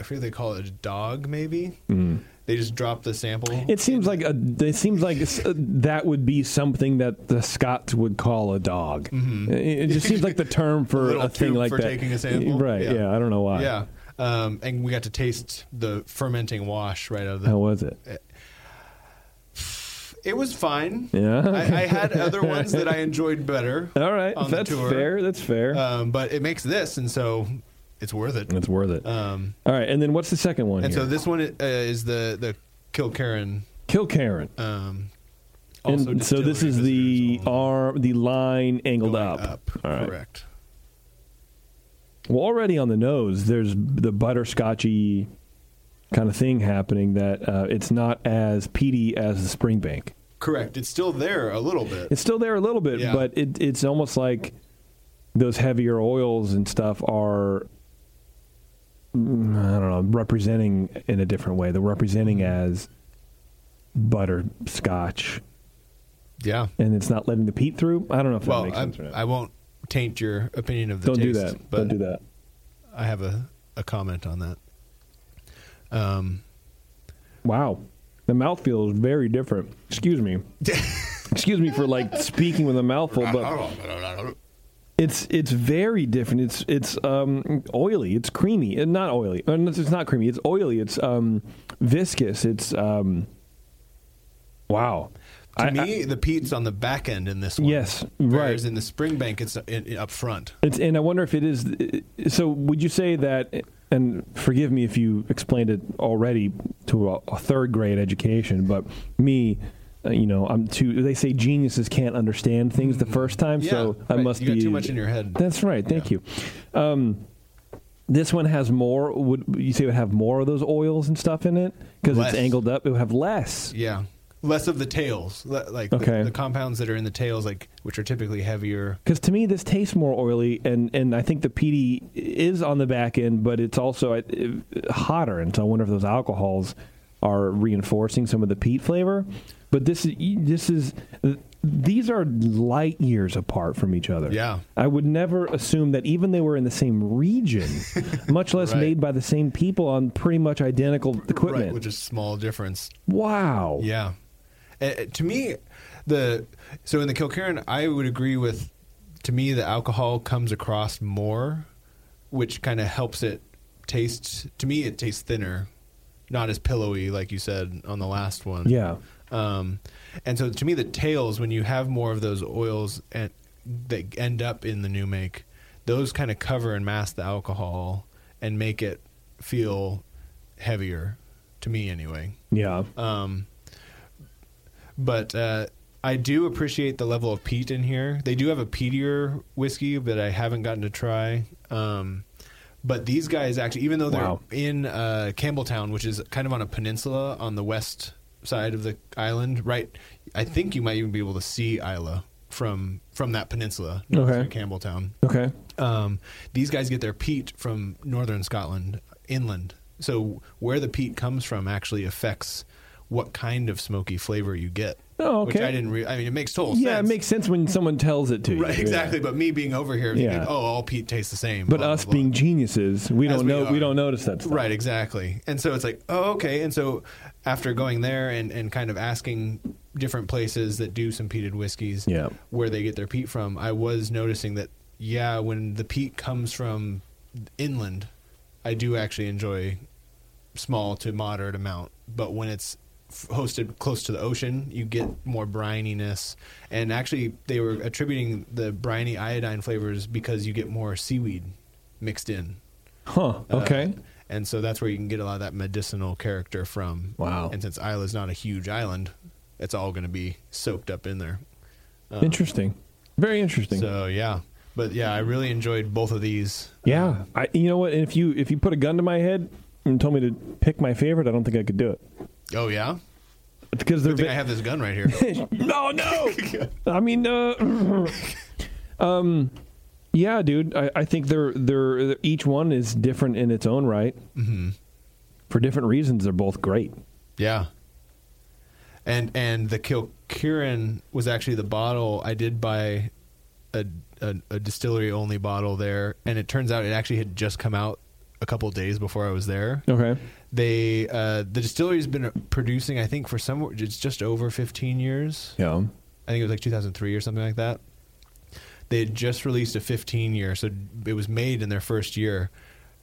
Speaker 2: I forget they call it a dog. Maybe
Speaker 1: Mm-hmm.
Speaker 2: they just dropped the sample.
Speaker 1: It seems like a. It seems like s- uh, that would be something that the Scots would call a dog. It, it just seems like the term for a,
Speaker 2: Mm-hmm. little
Speaker 1: thing
Speaker 2: tube
Speaker 1: like
Speaker 2: for
Speaker 1: that.
Speaker 2: taking a sample?
Speaker 1: Right? Yeah.
Speaker 2: Yeah.
Speaker 1: I don't know why.
Speaker 2: yeah. Um, and we got to taste the fermenting wash right out of the.
Speaker 1: How was it?
Speaker 2: Uh, It was fine.
Speaker 1: Yeah?
Speaker 2: I, I had other ones that I enjoyed better.
Speaker 1: All right.
Speaker 2: On the
Speaker 1: That's
Speaker 2: tour.
Speaker 1: fair. That's fair.
Speaker 2: Um, but it makes this, and so it's worth it.
Speaker 1: it's worth it.
Speaker 2: Um,
Speaker 1: All right. And then what's the second one?
Speaker 2: and
Speaker 1: here?
Speaker 2: so this one uh, is the the Kilcaren.
Speaker 1: Kill Karen.
Speaker 2: Um, also
Speaker 1: And so this
Speaker 2: distillery
Speaker 1: is the
Speaker 2: visitors only.
Speaker 1: arm, the line angled
Speaker 2: Going
Speaker 1: up. All right.
Speaker 2: Correct.
Speaker 1: Well, already on the nose, there's the butterscotchy kind of thing happening that uh, it's not as peaty as the Springbank.
Speaker 2: Correct. It's still there a little bit.
Speaker 1: It's still there a little bit,
Speaker 2: Yeah.
Speaker 1: but it, it's almost like those heavier oils and stuff are, mm, I don't know, representing in a different way. They're representing as butterscotch,
Speaker 2: yeah.
Speaker 1: and it's not letting the peat through. I don't know if that
Speaker 2: Well,
Speaker 1: makes
Speaker 2: I,
Speaker 1: sense or not.
Speaker 2: I won't taint your opinion of the
Speaker 1: don't do
Speaker 2: taste,
Speaker 1: that.
Speaker 2: But
Speaker 1: Don't do that.
Speaker 2: I have a, a comment on that. Um,
Speaker 1: Wow. The mouthfeel is very different. Excuse me. Excuse me for like speaking with a mouthful, but it's it's very different. It's it's um oily, it's creamy. Uh, Not oily. Uh, no, It's not creamy. It's oily. It's um viscous. It's um wow.
Speaker 2: to
Speaker 1: I- I-
Speaker 2: me, the peat's on the back end in this one.
Speaker 1: Yes,
Speaker 2: Whereas
Speaker 1: right.
Speaker 2: in the spring bank, it's in, in- up front.
Speaker 1: It's, and I wonder if it is. So, would you say that? And forgive me if you explained it already to a, a third grade education, but me, uh, you know, I'm too. They say geniuses can't understand things the first time, so
Speaker 2: yeah,
Speaker 1: I
Speaker 2: right.
Speaker 1: must
Speaker 2: you
Speaker 1: be
Speaker 2: got too much in your head.
Speaker 1: That's right. Thank you. Um, this one has more. Would you say it would have more of those oils and stuff in it because
Speaker 2: Less.
Speaker 1: it's angled up? It would have less.
Speaker 2: Yeah. Less of the tails, le- like the-
Speaker 1: Okay.
Speaker 2: the, compounds that are in the tails, like which are typically heavier.
Speaker 1: Because to me, this tastes more oily, and, and I think the PD is on the back end, but it's also uh, hotter, and so I wonder if those alcohols are reinforcing some of the peat flavor. But this is this is these are light years apart from each other.
Speaker 2: Yeah.
Speaker 1: I would never assume that even they were in the same region, much less
Speaker 2: Right.
Speaker 1: made by the same people on pretty much identical equipment.
Speaker 2: Right, which is small difference.
Speaker 1: wow.
Speaker 2: Yeah. Uh, to me, the so in the Kilcaren, I would agree with. To me, the alcohol comes across more, which kind of helps it taste. To me, it tastes thinner, not as pillowy, like you said on the last one.
Speaker 1: Yeah.
Speaker 2: Um, and so to me, the tails when you have more of those oils and that end up in the new make, those kind of cover and mask the alcohol and make it feel heavier to me anyway.
Speaker 1: Yeah.
Speaker 2: Um, but uh, I do appreciate the level of peat in here. They do have a peatier whiskey that I haven't gotten to try. Um, but these guys actually, even though they're
Speaker 1: Wow.
Speaker 2: in uh, Campbelltown, which is kind of on a peninsula on the west side of the island, right? I think you might even be able to see Isla from from that peninsula,
Speaker 1: Okay.
Speaker 2: through Campbelltown
Speaker 1: Okay.
Speaker 2: um, these guys get their peat from northern Scotland, inland. So where the peat comes from actually affects what kind of smoky flavor you get.
Speaker 1: Oh,
Speaker 2: Which
Speaker 1: okay.
Speaker 2: I didn't. Re- I mean, it makes total sense.
Speaker 1: Yeah, it makes sense when someone tells it to you.
Speaker 2: right,
Speaker 1: Yeah.
Speaker 2: exactly. But me being over here, thinking,
Speaker 1: Yeah.
Speaker 2: oh, all peat tastes the same.
Speaker 1: But
Speaker 2: blah,
Speaker 1: us
Speaker 2: blah, blah.
Speaker 1: being geniuses, we
Speaker 2: As
Speaker 1: don't
Speaker 2: we
Speaker 1: know. We
Speaker 2: are.
Speaker 1: don't notice that stuff.
Speaker 2: Right, exactly. And so it's like, oh, okay. And so after going there and, and kind of asking different places that do some peated whiskeys
Speaker 1: Yeah.
Speaker 2: where they get their peat from, I was noticing that, yeah, when the peat comes from inland, I do actually enjoy small to moderate amount. But when it's f- hosted close to the ocean, you get more brininess. And actually, they were attributing the briny iodine flavors because you get more seaweed mixed in.
Speaker 1: Huh.
Speaker 2: Uh,
Speaker 1: Okay.
Speaker 2: and so that's where you can get a lot of that medicinal character from.
Speaker 1: Wow.
Speaker 2: And since Isla's not a huge island, it's all going to be soaked up in there.
Speaker 1: interesting. Very interesting.
Speaker 2: uh. So yeah, but yeah, I really enjoyed both of these.
Speaker 1: yeah. I. You know what? And if you if you put a gun to my head and told me to pick my favorite, I don't think I could do it
Speaker 2: Oh yeah,
Speaker 1: because they're.
Speaker 2: I think I have this gun right here.
Speaker 1: no, no. I mean, uh, um, yeah, dude. I, I think they're they're each one is different in its own right. Mm-hmm. For different reasons, they're both great.
Speaker 2: yeah. And and the Kilkirin was actually the bottle I did buy a a, a distillery only bottle there, and it turns out it actually had just come out a couple days before I was there.
Speaker 1: Okay.
Speaker 2: they uh, the distillery's been producing i think for some it's just over 15 years
Speaker 1: Yeah.
Speaker 2: i think it was like 2003 or something like that they had just released a 15 year so it was made in their first year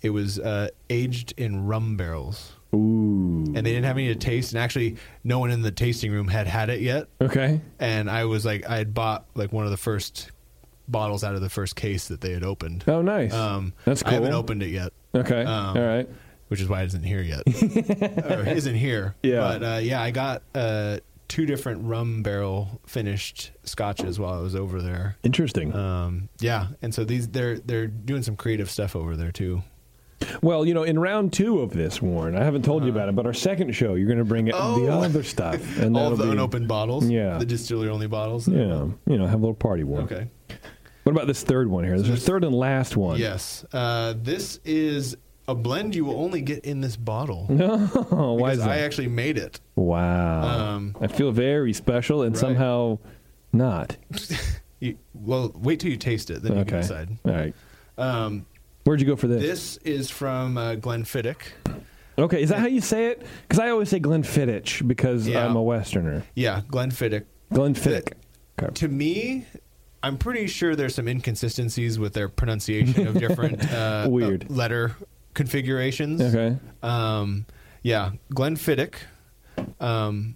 Speaker 2: it was uh, aged in rum barrels
Speaker 1: Ooh.
Speaker 2: and they didn't have any to taste and actually no one in the tasting room had had it yet
Speaker 1: Okay.
Speaker 2: and i was like i had bought like one of the first bottles out of the first case that they had opened
Speaker 1: Oh, nice.
Speaker 2: um,
Speaker 1: That's cool.
Speaker 2: i haven't opened it yet
Speaker 1: Okay.
Speaker 2: um,
Speaker 1: All right.
Speaker 2: which is why it isn't here yet, or isn't here.
Speaker 1: Yeah.
Speaker 2: But uh, yeah, I got uh, two different rum barrel finished scotches while I was over there.
Speaker 1: Interesting.
Speaker 2: Um, yeah, and so these they're they're doing some creative stuff over there too.
Speaker 1: well, you know, in round two of this, Warren, I haven't told you about it, but our second show, you're going to bring the
Speaker 2: uh, Oh.
Speaker 1: other stuff, and
Speaker 2: All
Speaker 1: that'll
Speaker 2: of the
Speaker 1: be,
Speaker 2: unopened bottles.
Speaker 1: Yeah.
Speaker 2: The distillery only bottles.
Speaker 1: Yeah, you know, have a little party, Warren.
Speaker 2: Okay.
Speaker 1: What about this third one here? This is
Speaker 2: this-
Speaker 1: the third and last one.
Speaker 2: Yes. Uh, this is a blend you will only get in this bottle.
Speaker 1: Oh, why
Speaker 2: because
Speaker 1: is that?
Speaker 2: I actually made it.
Speaker 1: wow.
Speaker 2: Um,
Speaker 1: I feel very special and
Speaker 2: Right.
Speaker 1: somehow not.
Speaker 2: You, well, wait till you taste it, then you
Speaker 1: okay.
Speaker 2: can decide.
Speaker 1: All right.
Speaker 2: Um,
Speaker 1: Where'd you go for this?
Speaker 2: this is from uh, Glenfiddich.
Speaker 1: okay, is that how you say it? Because I always say Glenfiddich because
Speaker 2: Yeah.
Speaker 1: I'm a Westerner.
Speaker 2: Yeah, Glenfiddich.
Speaker 1: Glenfiddich. Okay.
Speaker 2: To me, I'm pretty sure there's some inconsistencies with their pronunciation of different uh,
Speaker 1: Weird.
Speaker 2: uh, letter configurations.
Speaker 1: Okay.
Speaker 2: Um, yeah, Glenfiddich. Um,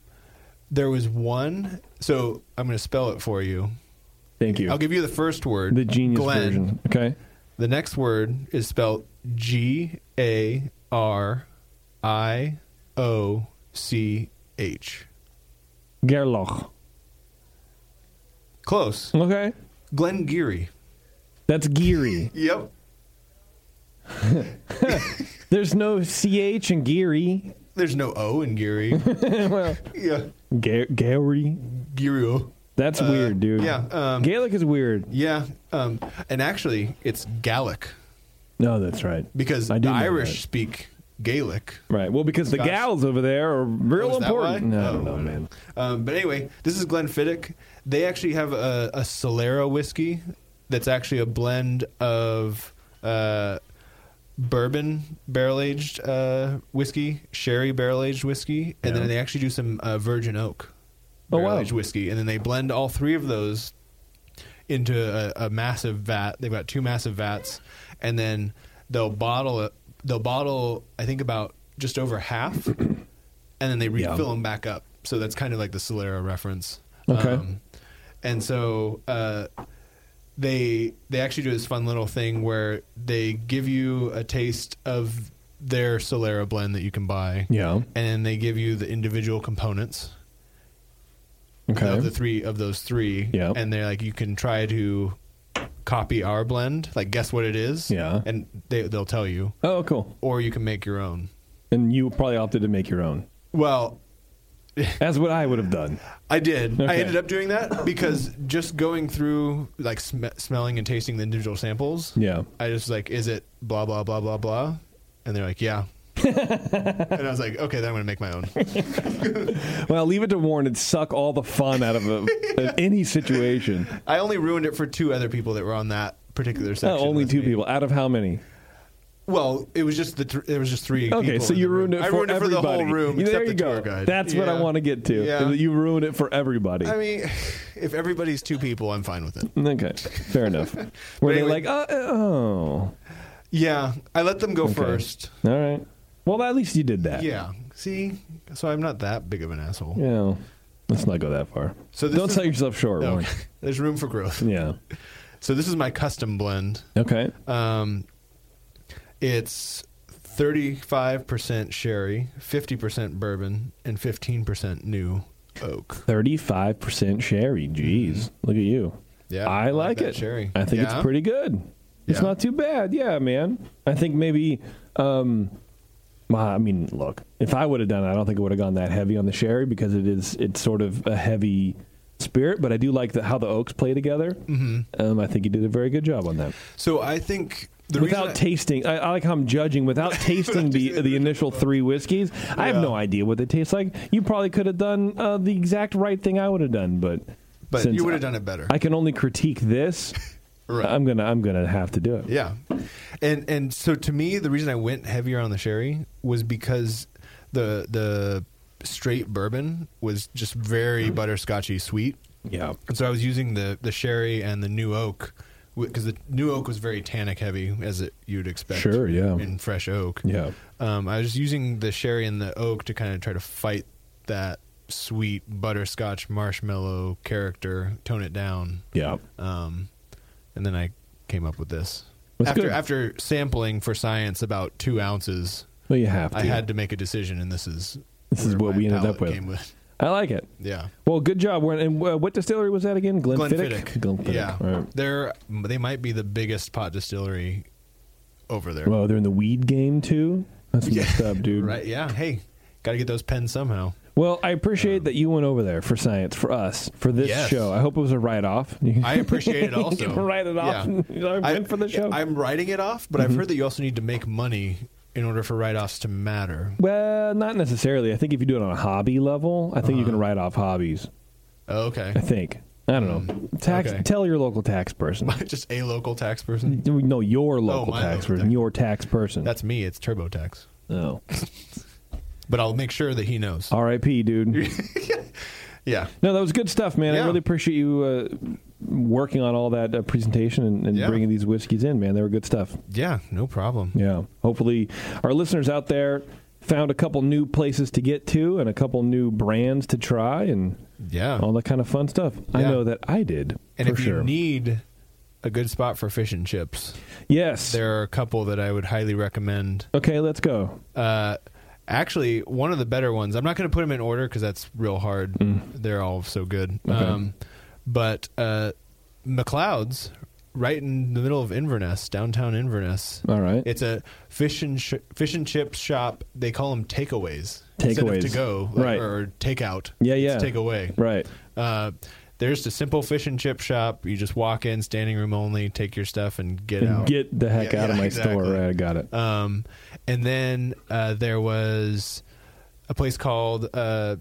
Speaker 2: there was one. So I'm going to spell it for you.
Speaker 1: Thank you.
Speaker 2: I'll give you the first word.
Speaker 1: the genius
Speaker 2: Glen.
Speaker 1: version. Okay.
Speaker 2: The next word is spelled G A R I O C H.
Speaker 1: Gerloch.
Speaker 2: Close.
Speaker 1: Okay.
Speaker 2: Glenn Geary.
Speaker 1: That's Geary.
Speaker 2: Yep.
Speaker 1: There's no CH in Geary.
Speaker 2: There's no O in Geary.
Speaker 1: well,
Speaker 2: yeah.
Speaker 1: Ga- Gary.
Speaker 2: Giro.
Speaker 1: That's
Speaker 2: Uh,
Speaker 1: weird, dude.
Speaker 2: yeah, um,
Speaker 1: Gaelic is weird.
Speaker 2: Yeah. Um, and actually, it's Gallic
Speaker 1: No, that's right.
Speaker 2: because
Speaker 1: I
Speaker 2: the
Speaker 1: do know
Speaker 2: Irish
Speaker 1: that.
Speaker 2: speak Gaelic.
Speaker 1: Right. Well, because the
Speaker 2: Scottish.
Speaker 1: gals over there are real
Speaker 2: Oh, is that
Speaker 1: important.
Speaker 2: why?
Speaker 1: No,
Speaker 2: Oh,
Speaker 1: no,
Speaker 2: okay.
Speaker 1: man.
Speaker 2: Um, but anyway, this is Glenfiddich. They actually have a, a Solera whiskey that's actually a blend of uh, bourbon barrel aged uh, whiskey, sherry barrel aged whiskey, and
Speaker 1: Yeah.
Speaker 2: then they actually do some uh, virgin oak
Speaker 1: Oh, wow.
Speaker 2: barrel aged whiskey, and then they blend all three of those into a, a massive vat. They've got two massive vats, and then they'll bottle it. They'll bottle, I think, about just over half, and then they
Speaker 1: Yeah.
Speaker 2: refill them back up. So that's kind of like the Solera reference.
Speaker 1: Okay.
Speaker 2: and so Um, uh, they they actually do this fun little thing where they give you a taste of their Solera blend that you can buy,
Speaker 1: Yeah.
Speaker 2: and then they give you the individual components
Speaker 1: Okay.
Speaker 2: of the three of those three.
Speaker 1: Yeah.
Speaker 2: And they're like, you can try to copy our blend, like guess what it is.
Speaker 1: Yeah.
Speaker 2: And they they'll tell you,
Speaker 1: oh, cool.
Speaker 2: or you can make your own.
Speaker 1: And you probably opted to make your own.
Speaker 2: Well,
Speaker 1: That's what I would have done.
Speaker 2: I did. I
Speaker 1: Okay.
Speaker 2: ended up doing that because just going through like sm- smelling and tasting the individual samples.
Speaker 1: Yeah.
Speaker 2: I just like, is it blah blah blah blah blah, and they're like, yeah. and I was like, okay, then I'm gonna make my own.
Speaker 1: Well, leave it to Warren and suck all the fun out of, a, of any situation.
Speaker 2: I only ruined it for two other people that were on that particular
Speaker 1: Oh,
Speaker 2: section.
Speaker 1: only
Speaker 2: with
Speaker 1: two
Speaker 2: me.
Speaker 1: people. Out of how many?
Speaker 2: Well, it was just the th- there was just three.
Speaker 1: Okay,
Speaker 2: people
Speaker 1: so
Speaker 2: in the
Speaker 1: you
Speaker 2: room.
Speaker 1: ruined it
Speaker 2: I
Speaker 1: for
Speaker 2: ruined it for
Speaker 1: everybody.
Speaker 2: the whole room.
Speaker 1: Yeah,
Speaker 2: except
Speaker 1: there you
Speaker 2: the
Speaker 1: go.
Speaker 2: Tour guide.
Speaker 1: That's what I
Speaker 2: Yeah.
Speaker 1: want to get to.
Speaker 2: Yeah.
Speaker 1: You ruined it for everybody.
Speaker 2: I mean, if everybody's two people, I'm fine with it.
Speaker 1: okay, fair enough. Were they
Speaker 2: anyway-
Speaker 1: like, uh, uh, oh,
Speaker 2: Yeah, I let them go first.
Speaker 1: all right. Well, at least you did that.
Speaker 2: Yeah. See, so I'm not that big of an asshole.
Speaker 1: Yeah. Let's not go that far.
Speaker 2: So this
Speaker 1: don't
Speaker 2: is-
Speaker 1: sell yourself short, Warren.
Speaker 2: Okay. There's room for growth.
Speaker 1: Yeah.
Speaker 2: So this is my custom blend.
Speaker 1: Okay.
Speaker 2: Um, it's 35% sherry, 50% bourbon, and 15% new oak.
Speaker 1: Thirty-five percent sherry. Jeez, look at you.
Speaker 2: Mm-hmm. Yeah,
Speaker 1: I,
Speaker 2: I like
Speaker 1: like,
Speaker 2: that
Speaker 1: it.
Speaker 2: sherry.
Speaker 1: I think
Speaker 2: Yeah?
Speaker 1: it's pretty good. It's
Speaker 2: Yeah.
Speaker 1: not too bad. Yeah, man. I think maybe. Um, well, I mean, look, if I would have done it, I don't think it would have gone that heavy on the sherry because it is it's sort of a heavy spirit. But I do like the, how the oaks play together. Mm-hmm. Um, I think you did a very good job on that.
Speaker 2: So I think the
Speaker 1: without
Speaker 2: reason I-
Speaker 1: tasting, I, I like how I'm judging without tasting the the initial three whiskeys. I have
Speaker 2: Yeah.
Speaker 1: no idea what they taste like. You probably could have done uh, the exact right thing I would have done, but
Speaker 2: but
Speaker 1: since
Speaker 2: you would have
Speaker 1: I-
Speaker 2: done it better.
Speaker 1: I can only critique this.
Speaker 2: Right.
Speaker 1: I'm gonna I'm gonna have to do it.
Speaker 2: Yeah, and and so to me, the reason I went heavier on the sherry was because the the straight bourbon was just
Speaker 1: Mm-hmm.
Speaker 2: very butterscotchy sweet,
Speaker 1: Yeah.
Speaker 2: and so I was using the the sherry and the new oak because the new oak was very tannic heavy as it you'd expect.
Speaker 1: Sure, yeah.
Speaker 2: in fresh oak.
Speaker 1: Yeah.
Speaker 2: um, I was using the sherry and the oak to kind of try to fight that sweet butterscotch marshmallow character, tone it down
Speaker 1: Yeah.
Speaker 2: um, and then I came up with this.
Speaker 1: That's
Speaker 2: after
Speaker 1: good.
Speaker 2: after sampling for science about two ounces,
Speaker 1: Well, you have to.
Speaker 2: I had to make a decision, and this is
Speaker 1: This is
Speaker 2: where
Speaker 1: what
Speaker 2: my
Speaker 1: we ended up
Speaker 2: palate
Speaker 1: with.
Speaker 2: came
Speaker 1: I like it.
Speaker 2: Yeah,
Speaker 1: Well, good job. Warren. And uh, what distillery was that again? Glenfiddich.
Speaker 2: Glenfiddich.
Speaker 1: Glenfiddich.
Speaker 2: Yeah,
Speaker 1: All right.
Speaker 2: they're they might be the biggest pot distillery over there.
Speaker 1: Well, they're in the weed game too. That's messed up, dude.
Speaker 2: right? Yeah. Hey, got to get those pens somehow.
Speaker 1: Well, I appreciate that you went over there for science, for us, for this
Speaker 2: Um, Yes.
Speaker 1: show. I hope it was a write off.
Speaker 2: I appreciate it. Also,
Speaker 1: can write it off. I went for the show. Mm-hmm.
Speaker 2: I'm writing it off, but I've heard that you also need to make money in order for write-offs to matter.
Speaker 1: well, not necessarily. I think if you do it on a hobby level, I think you can
Speaker 2: Uh-huh.
Speaker 1: write off hobbies.
Speaker 2: Oh, Okay,
Speaker 1: I think. I don't know. Tax.
Speaker 2: Hmm. okay.
Speaker 1: Tell your local tax person.
Speaker 2: just a local tax person.
Speaker 1: no, your local
Speaker 2: Oh, my
Speaker 1: tax
Speaker 2: local
Speaker 1: person.
Speaker 2: tax-
Speaker 1: Your tax person. Oh.
Speaker 2: That's me. It's TurboTax.
Speaker 1: no.
Speaker 2: But I'll make sure that he knows.
Speaker 1: R.I.P. Dude.
Speaker 2: Yeah.
Speaker 1: No, that was good stuff, man. I
Speaker 2: Yeah.
Speaker 1: really appreciate you uh, working on all that uh, presentation and, and
Speaker 2: Yeah.
Speaker 1: bringing these whiskeys in, man. They were good stuff.
Speaker 2: Yeah. No problem.
Speaker 1: Yeah. Hopefully, our listeners out there found a couple new places to get to and a couple new brands to try and
Speaker 2: Yeah.
Speaker 1: all that kind of fun stuff. I
Speaker 2: Yeah.
Speaker 1: know that I did.
Speaker 2: and
Speaker 1: for
Speaker 2: if
Speaker 1: sure.
Speaker 2: you need a good spot for fish and chips,
Speaker 1: yes.
Speaker 2: there are a couple that I would highly recommend.
Speaker 1: Okay, let's go.
Speaker 2: Uh, actually, one of the better ones. I'm not going to put them in order because that's real hard.
Speaker 1: Mm.
Speaker 2: They're all so good. Um, but uh, McLeod's, right in the middle of Inverness, downtown Inverness.
Speaker 1: All right.
Speaker 2: It's a fish and sh- fish and chip shop. They call them takeaways. instead of
Speaker 1: Takeaways.
Speaker 2: to go like,
Speaker 1: Right.
Speaker 2: or takeout.
Speaker 1: Yeah,
Speaker 2: It's
Speaker 1: yeah.
Speaker 2: Takeaway.
Speaker 1: right.
Speaker 2: Uh, there's the simple fish and chip shop. You just walk in, standing room only, take your stuff and get
Speaker 1: And
Speaker 2: out.
Speaker 1: get the heck
Speaker 2: Yeah,
Speaker 1: out of
Speaker 2: yeah,
Speaker 1: my store.
Speaker 2: exactly.
Speaker 1: Right, I got it.
Speaker 2: Um, and then uh, there was a place called uh,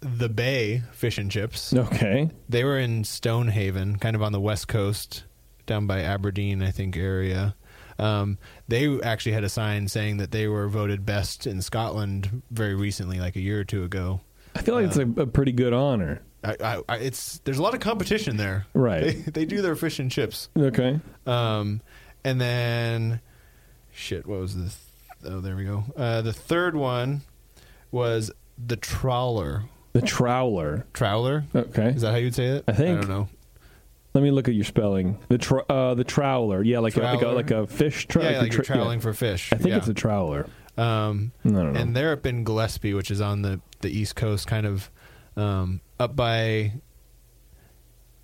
Speaker 2: the Bay Fish and Chips.
Speaker 1: Okay.
Speaker 2: They were in Stonehaven, kind of on the west coast, down by Aberdeen, I think, area. Um, they actually had a sign saying that they were voted best in Scotland very recently, like a year or two ago.
Speaker 1: I feel like it's
Speaker 2: Uh.
Speaker 1: a, a pretty good honor.
Speaker 2: I, I, I, it's there's a lot of competition there.
Speaker 1: Right.
Speaker 2: They, they do their fish and chips.
Speaker 1: Okay.
Speaker 2: Um, and then, shit, what was this? Oh, there we go. Uh, the third one was the trawler.
Speaker 1: The Trowler.
Speaker 2: Trowler?
Speaker 1: Okay.
Speaker 2: Is that how you'd say it?
Speaker 1: I think.
Speaker 2: I don't know.
Speaker 1: Let me look at your spelling. The tr- uh, the trowler. Yeah, like A, like a
Speaker 2: Trowler?
Speaker 1: like a fish trow-
Speaker 2: yeah,
Speaker 1: a
Speaker 2: like you're
Speaker 1: tr- yeah.
Speaker 2: troweling for fish.
Speaker 1: I think
Speaker 2: yeah.
Speaker 1: it's a trowler.
Speaker 2: Um,
Speaker 1: I don't know.
Speaker 2: and they're up in Gillespie, which is on the, the east coast, kind of um, up by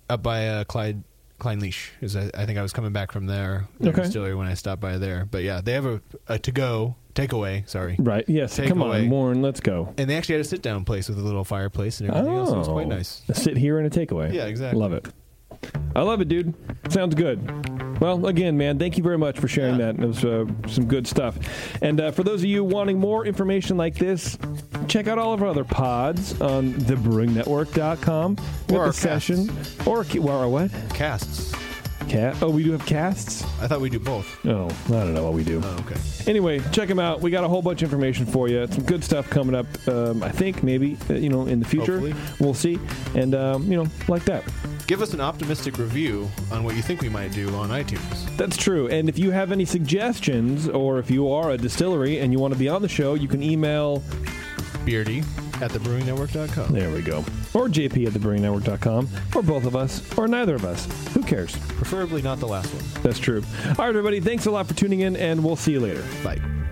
Speaker 2: up by uh, Clyde Klein Leash. Is I, I think I was coming back from there their
Speaker 1: Okay.
Speaker 2: distillery when I stopped by there. But yeah, they have a, a to go takeaway. Sorry,
Speaker 1: Right. Yes.
Speaker 2: Take
Speaker 1: Come
Speaker 2: away.
Speaker 1: on, Warren. Let's go.
Speaker 2: and they actually had a sit down place with a little fireplace and everything else. It was
Speaker 1: Oh.
Speaker 2: quite nice.
Speaker 1: Sit here and a takeaway.
Speaker 2: Yeah, exactly.
Speaker 1: Love it. I love it, dude. Sounds good. Well, again, man, thank you very much for sharing
Speaker 2: Yeah.
Speaker 1: that. It was uh, some good stuff. And uh, for those of you wanting more information like this, check out all of our other pods on thebrewingnetwork.com.
Speaker 2: Or our
Speaker 1: the session. Or, ca- or our what?
Speaker 2: Casts.
Speaker 1: Cat? Oh, we do have casts?
Speaker 2: I thought we do both.
Speaker 1: Oh, I don't know what we do.
Speaker 2: Oh, okay.
Speaker 1: Anyway, check them out. We got a whole bunch of information for you. Some good stuff coming up. Um, I think maybe uh, you know in the future
Speaker 2: Hopefully.
Speaker 1: we'll see. And um, you know, like that.
Speaker 2: Give us an optimistic review on what you think we might do on iTunes.
Speaker 1: That's true. And if you have any suggestions, or if you are a distillery and you want to be on the show, you can email.
Speaker 2: Beardy at thebrewingnetwork.com.
Speaker 1: There we go. Or JP at thebrewingnetwork.com, or both of us, or neither of us. Who cares?
Speaker 2: Preferably not the last one.
Speaker 1: That's true. All right, everybody. Thanks a lot for tuning in, and we'll see you later.
Speaker 2: Bye.